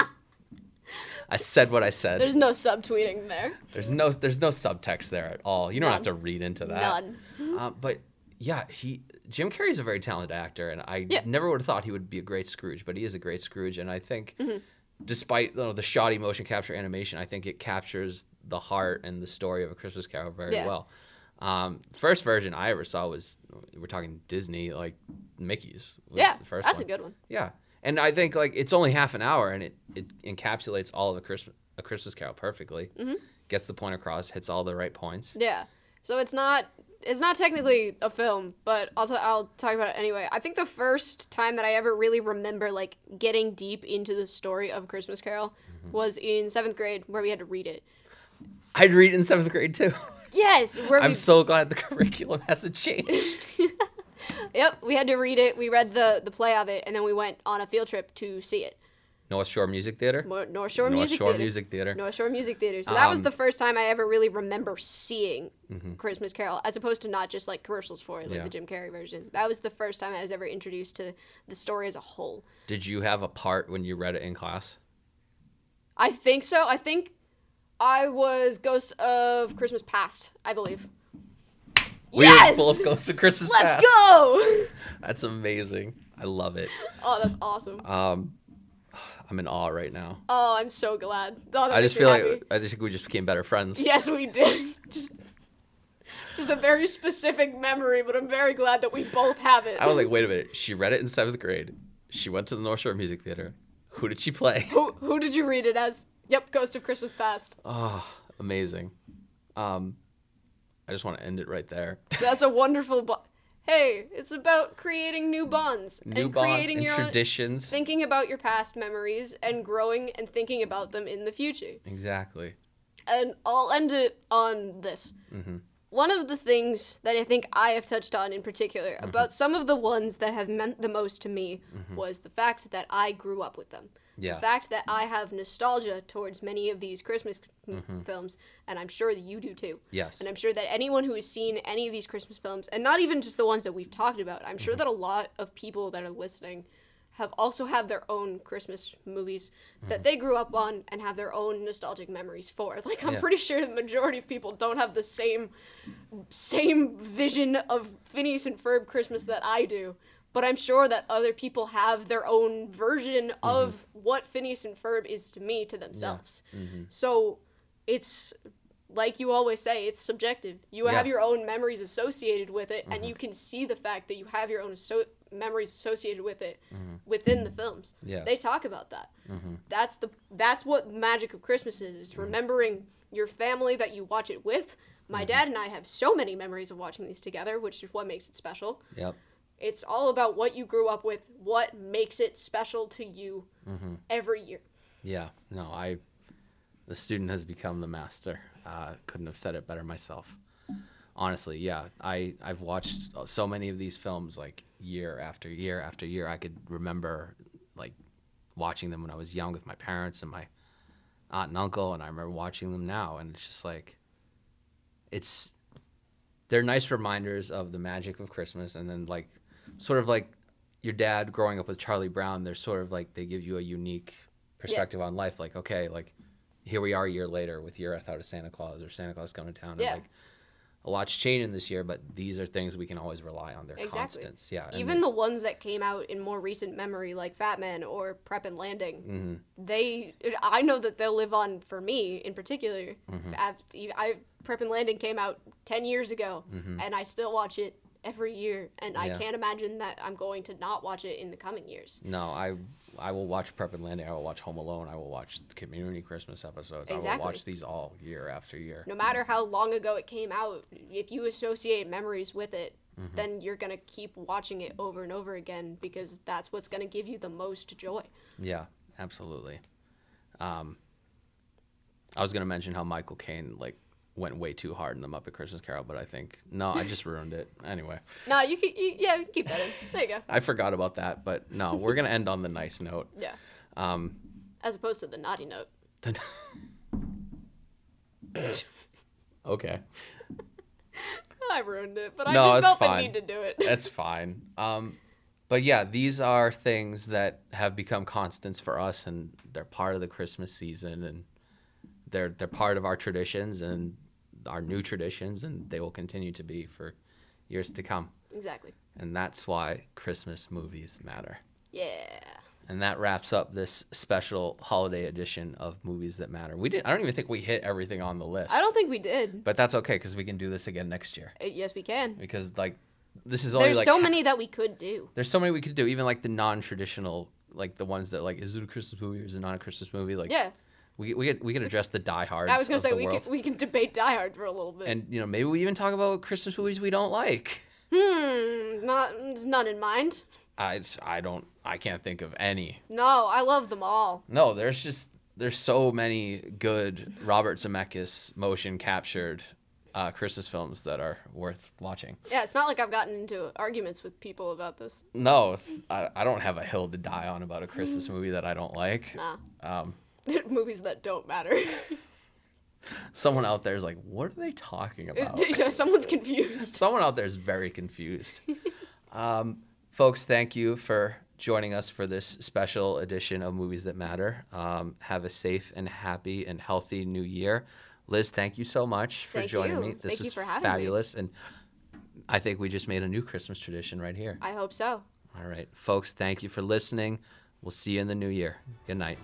I said what I said.
there's no subtweeting there
There's no there's no subtext there at all. You don't have to
None.
read into that.
none
Uh, but yeah, he Jim Carrey's a very talented actor, and I
Yeah.
never would have thought he would be a great Scrooge, but he is a great Scrooge, and I think.
Mm-hmm.
Despite you know, the shoddy motion capture animation, I think it captures the heart and the story of a Christmas Carol very
Yeah.
well. Um, first version I ever saw was we're talking Disney, like Mickey's. Was
yeah
the first
that's
one.
a good one
Yeah, and I think like it's only half an hour, and it, it encapsulates all of a Christmas A Christmas Carol perfectly.
Mm-hmm.
Gets the point across, hits all the right points.
Yeah. So it's not it's not technically a film, but I'll t- I'll talk about it anyway. I think the first time that I ever really remember like getting deep into the story of Christmas Carol
Mm-hmm.
was in seventh grade where we had to read it.
I'd read in seventh grade too.
Yes, where we
I'm so glad the curriculum hasn't changed.
yep we had to read it. We read the the play of it, and then we went on a field trip to see it.
North Shore Music Theater.
Mo- North Shore
North
Music
Shore
Theater.
Music Theater.
North Shore Music Theater. So that was
Um, Mm-hmm.
the first time I ever really remember seeing Christmas Carol, as opposed to not just like commercials for it, like
Yeah.
the Jim Carrey version. That was the first time I was ever introduced to the story as a whole.
Did you have a part when you read it in class?
I think so. I think I was Ghost of Christmas Past, I believe. yes!
We were both Ghosts of Christmas
Let's
Past.
go!
That's amazing. I love it.
oh, that's awesome.
Um, I'm in awe right now.
Oh, I'm so glad. Oh, that
I
makes
just
me
feel
happy.
like I just think we just became better friends.
Yes, we did. Just, just a very specific memory, but I'm very glad that we both have it.
I was like, wait a minute. She read it in seventh grade. She went to the North Shore Music Theater. Who did she play?
who, who did you read it as? Yep, Ghost of Christmas Past.
Oh, amazing. Um, I just want to end it right there.
That's a wonderful. Bo- hey, it's about creating new bonds
New
and
bonds
creating
and
your own-
traditions.
thinking about your past memories and growing and thinking about them in the future.
exactly.
And I'll end it on this.
Mhm.
One of the things that I think I have touched on in particular
Mm-hmm.
about some of the ones that have meant the most to me was the fact that I grew up with them.
Yeah.
The fact that I have nostalgia towards many of these Christmas m-
Mm-hmm.
films, and I'm sure that you do too.
Yes.
And I'm sure that anyone who has seen any of these Christmas films, and not even just the ones that we've talked about, I'm
Mm-hmm.
sure that a lot of people that are listening have also have their own Christmas movies
Mm-hmm.
that they grew up on and have their own nostalgic memories for. Like I'm
Yeah.
pretty sure the majority of people don't have the same same vision of Phineas and Ferb Christmas that I do. But I'm sure that other people have their own version
Mm-hmm.
of what Phineas and Ferb is to me to themselves. So it's like you always say, it's subjective. You
Yeah. Mm-hmm.
have your own memories associated with it, and you can see the fact that you have your own asso- memories associated with it within the films.
Mm-hmm. Yeah. Mm-hmm.
They talk about that. That's the that's what the magic of Christmas is. It's remembering your family that you watch it with. My
Mm-hmm.
dad and I have so many memories of watching these together, which is what makes it special.
Yep.
It's all about what you grew up with, what makes it special to you
Mm-hmm.
every year.
Yeah. No, I. The student has become the master. Uh, couldn't have said it better myself. Honestly, yeah. I I've watched so many of these films like year after year after year. I could remember like watching them when I was young with my parents and my aunt and uncle, and I remember watching them now, and it's just like. It's. They're nice reminders of the magic of Christmas, and then like, sort of like your dad growing up with Charlie Brown. They're sort of like they give you a unique perspective on life. Like, okay, like here we are a year later with Year Without a Santa Claus or Santa Claus coming to town.
Yeah.
And like a lot's changing this year, but these are things we can always rely on. They're
Exactly.
constants. Yeah. and
Even the ones that came out in more recent memory, like Fat Man or Prep and Landing,
mm-hmm.
they I know that they'll live on for me in particular. I've- e, I Prep and Landing came out ten years ago, and I still watch it every year, and
Yeah.
I can't imagine that I'm going to not watch it in the coming years.
No, I I will watch Prep and Landing. I will watch Home Alone. I will watch the Community Christmas episodes. I will
Exactly.
watch these all year after year.
No matter how long ago it came out, if you associate memories with it. Then you're gonna keep watching it over and over again because that's what's gonna give you the most joy.
Yeah, absolutely. Um, I was gonna mention how Michael Caine like went way too hard in the Muppet Christmas Carol, but I think no, I just ruined it anyway.
No, you can, you, yeah, you can keep that in. There you go.
I forgot about that, but no, we're gonna end on the nice note.
Yeah.
Um,
As opposed to the naughty note.
the... okay,
I ruined it, but
No,
I
it's
just felt
fine.
the need to do it.
that's fine. Um, but yeah, these are things that have become constants for us, and they're part of the Christmas season, and they're they're part of our traditions and our new traditions, and they will continue to be for years to come.
exactly.
And that's why Christmas movies matter.
Yeah.
And that wraps up this special holiday edition of Movies That Matter. We didn't. I don't even think we hit everything on the list.
I don't think we did.
But that's okay because we can do this again next year.
Uh, Yes, we can.
Because like, this is only
There's
like
so
ha-
many that we could do.
There's so many we could do. Even like the non-traditional, like the ones that like, is it a Christmas movie? Or is it not a Christmas movie? Like,
Yeah.
We we can, we can address the diehards.
I was gonna
of
say
the
we
world.
can, we can debate Die Hard for a little bit.
and you know maybe we even talk about Christmas movies we don't like.
hmm, not there's none in mind.
I it's- I don't I can't think of any.
No, I love them all.
No, there's just there's so many good Robert Zemeckis motion captured uh, Christmas films that are worth watching.
Yeah, it's not like I've gotten into arguments with people about this.
No, it's- I, I don't have a hill to die on about a
Mm-hmm.
Christmas movie that I don't like.
Nah,
Um,
movies that don't matter.
someone out there is like, what are they talking about?
Someone's confused.
Someone out there is very confused. um, folks, thank you for joining us for this special edition of Movies That Matter. Um, have a safe and happy and healthy new year. Liz, thank you so much for
Thank
joining
you.
me. This
Thank you
is
for having me.
fabulous. And I think we just made a new Christmas tradition right here.
I hope so.
All right, folks, thank you for listening. We'll see you in the new year. Good night.